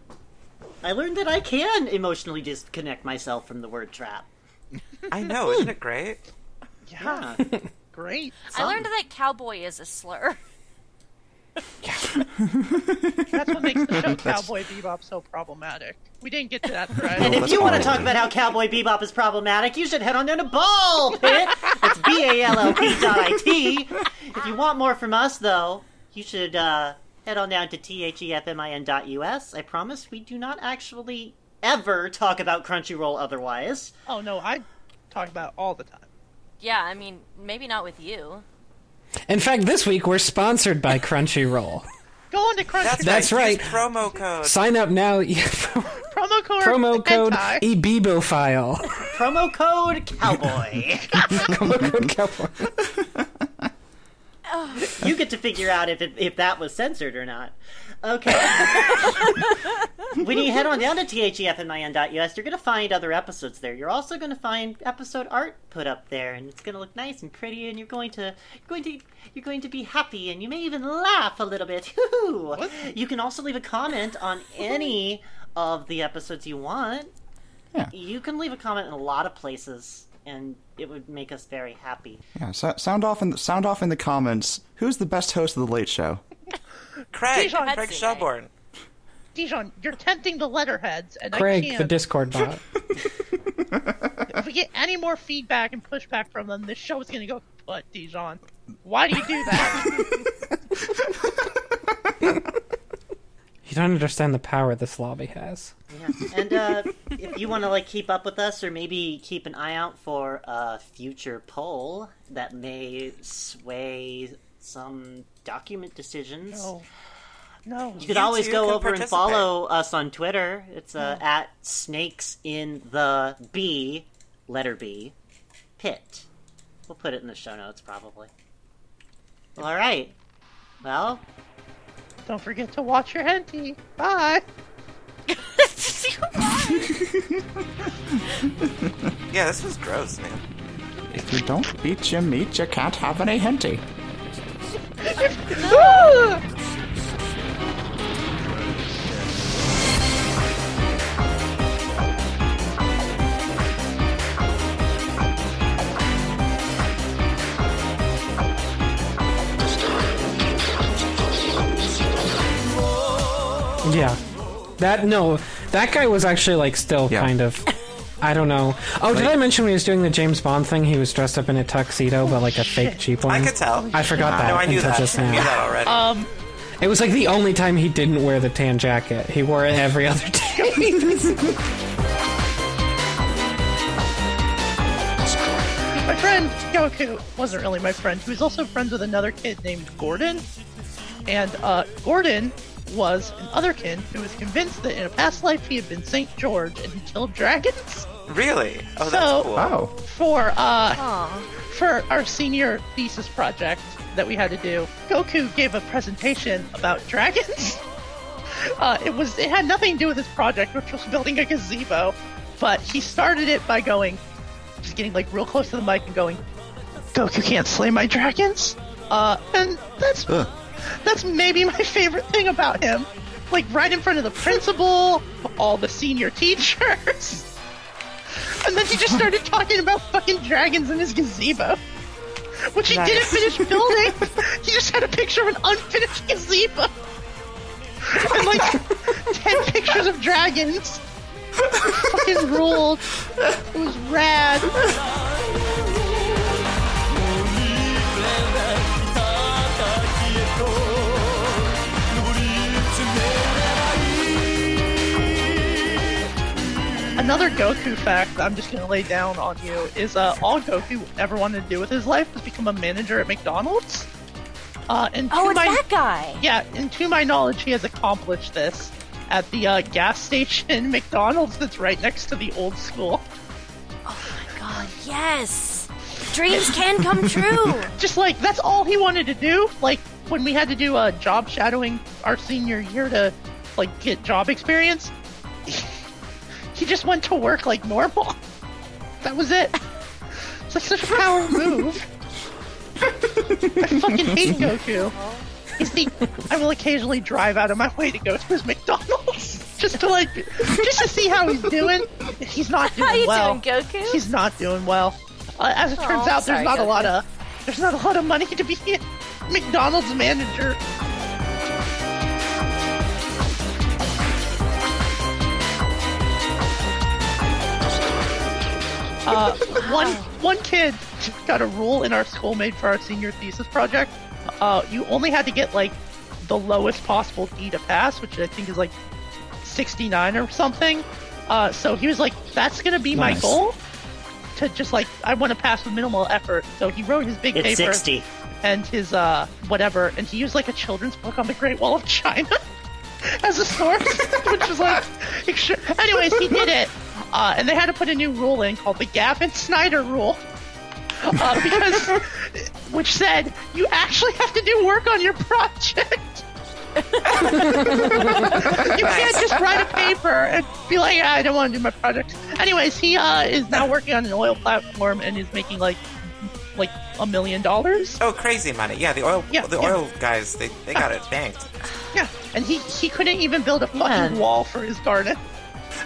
I learned that I can emotionally disconnect myself from the word trap. Hmm. I know, isn't it great? Yeah. Great. I learned that cowboy is a slur. That's what makes the show Cowboy Bebop so problematic. We didn't get to that And thread. if you want to talk about how Cowboy Bebop is problematic, you should head on down to Ball Pit. It's B A L L P dot I T. If you want more from us, though, you should uh, head on down to T H E F M I N dot U S. I promise we do not actually ever talk about Crunchyroll otherwise. oh no, I talk about it all the time. Yeah, I mean, maybe not with you. In fact, this week we're sponsored by Crunchyroll. Go on to Crunchyroll. That's right. Use promo code. Sign up now. promo code. promo code hentai. ebibo file. Promo code Cowboy. promo code cowboy. You get to figure out if it, if that was censored or not. Okay. when you head on down to E thefmin.us, you're going to find other episodes there. You're also going to find episode art put up there, and it's going to look nice and pretty, and you're going to going to you're going to be happy, and you may even laugh a little bit. Hoo-hoo. You can also leave a comment on any of the episodes you want. You can leave a comment in a lot of places, and it would make us very happy. Yeah, so, sound off in the, sound off in the comments. Who's the best host of the Late Show? Craig, Dijon. Craig Shelbourne. Dijon, you're tempting the letterheads, and I Craig, can't. the Discord bot. if we get any more feedback and pushback from them, this show is going to go kaput, Dijon. Why do you do that? You don't understand the power this lobby has. Yeah. And uh, if you want to like keep up with us, or maybe keep an eye out for a future poll that may sway some document decisions. no. No. You could You always too go can over and participate. follow us on Twitter. It's uh, at snakes in the B, letter B, pit. We'll put it in the show notes probably. All right. Well, Don't forget to watch your henty. Bye. Yeah, this was gross, man. If you don't beat your meat, you can't have any henty. Yeah. That no, that guy was actually like still Yeah. kind of I don't know. Oh, did I mention when he was doing the James Bond thing he was dressed up in a tuxedo but like a fake cheap one? I could tell. I forgot that No, I knew until that. just I now. knew that already. Um, It was like the only time he didn't wear the tan jacket. He wore it every other day. My friend Goku wasn't really my friend. He was also friends with another kid named Gordon. And uh, Gordon was an otherkin who was convinced that in a past life he had been Saint George and he killed dragons. really? Oh, So- that's cool. Oh, For uh, Aw. for our senior thesis project that we had to do, Goku gave a presentation about dragons. Uh, it was it had nothing to do with his project, which was building a gazebo, but he started it by going, just getting like real close to the mic and going, "Goku can't slay my dragons," uh, and that's Ugh. that's maybe my favorite thing about him. Like right in front of the principal, all the senior teachers. And then he just started talking about fucking dragons in his gazebo. Which he didn't finish building. he just had a picture of an unfinished gazebo. And like ten pictures of dragons. fucking ruled. It was rad. Another Goku fact that I'm just gonna lay down on you is uh, all Goku ever wanted to do with his life was become a manager at McDonald's. Uh, and to Oh, it's my that guy. yeah, and to my knowledge, he has accomplished this at the uh, gas station McDonald's that's right next to the old school. God, yes. Dreams can come true. Just like that's all he wanted to do. Like when we had to do uh, job shadowing our senior year to like get job experience, he just went to work like normal. That was it. It's like such a power move. I fucking hate Goku. He's the, I will occasionally drive out of my way to go to his McDonald's just to like just to see how he's doing. He's not doing How you well. doing, Goku? He's not doing well. Uh, as it Aw, turns out, sorry, there's not a Goku. lot of there's not a lot of money to be a McDonald's manager. Uh, one one kid got a rule in our school made for our senior thesis project. Uh, you only had to get like the lowest possible D to pass, which I think is like 69 or something. Uh, so he was like, "That's gonna be my Nice. goal." To just like, I want to pass with minimal effort. So he wrote his big it's paper 60. and his uh whatever, and he used like a children's book on the Great Wall of China as a source, which was like. extra- Anyways, he did it, uh, and they had to put a new rule in called the Gavin Snyder rule, uh, because which said you actually have to do work on your project. you can't just write a paper and be like, "Ah, I don't want to do my project. Anyways, he uh, is now working on an oil platform and is making like like a million dollars. Oh, crazy money. Yeah, the oil Yeah, the yeah. oil guys, they, they got it banked. Yeah, and he he couldn't even build a fucking Man. wall for his garden.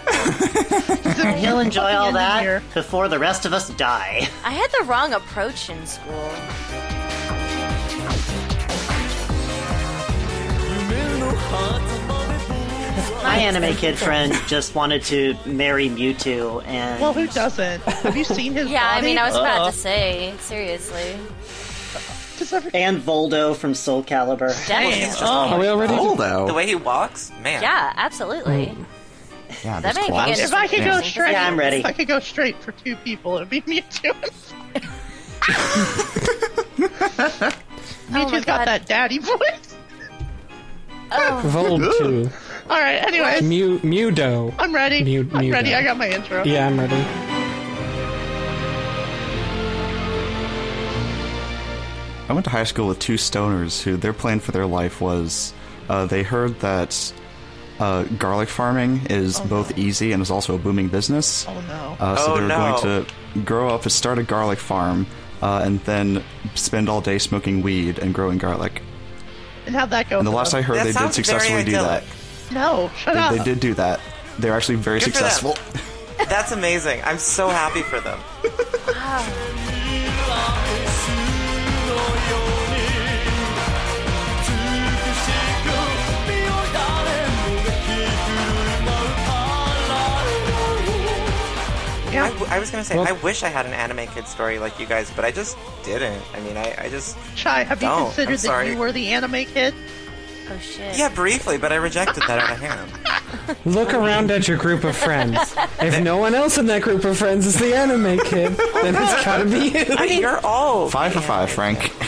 And he'll enjoy all Fucking end of that year. before the rest of us die. I had the wrong approach in school. My anime kid friend just wanted to marry Mewtwo, and Well, who doesn't? Have you seen his? Yeah, I body? mean, I was about Uh-huh. Uh. to say, seriously. Does every- and Voldo from Soul Calibur. Definitely. Oh. Oh. Are we already? Oh, The Voldo. way he walks, man. Yeah, absolutely. Yeah, That this might be class. good. If I could go Yeah. straight, Yeah, I'm ready. If I could go straight for two people, it'd be Mewtwo. Oh my Mewtwo's got God. that daddy voice. Oh. Vold 2. All right. Anyways, Mew, Mewdo. I'm ready. Mew- I'm Mewtwo. ready. I got my intro. Yeah, I'm ready. I went to high school with two stoners who their plan for their life was uh, they heard that uh, garlic farming is both easy and is also a booming business. Oh no. Uh, so Oh, they were no. going to grow up and start a garlic farm uh, and then spend all day smoking weed and growing garlic. and how'd that go? And the for last them? I heard, That they did sounds very successfully do that. idyllic. No, shut up. They, they did do that. They're actually very Good for them. successful. That's amazing. I'm so happy for them. I, Yeah. w- I was gonna say, Well- I wish I had an anime kid story like you guys, but I just didn't. I mean, I, I just Chai, have you No, I'm considered that sorry. you were the anime kid? Oh shit. yeah, briefly, but I rejected that out of hand. Look around at your group of friends. If no one else in that group of friends is the anime kid, then it's gotta be you. I mean, you're all Five for five, Frank.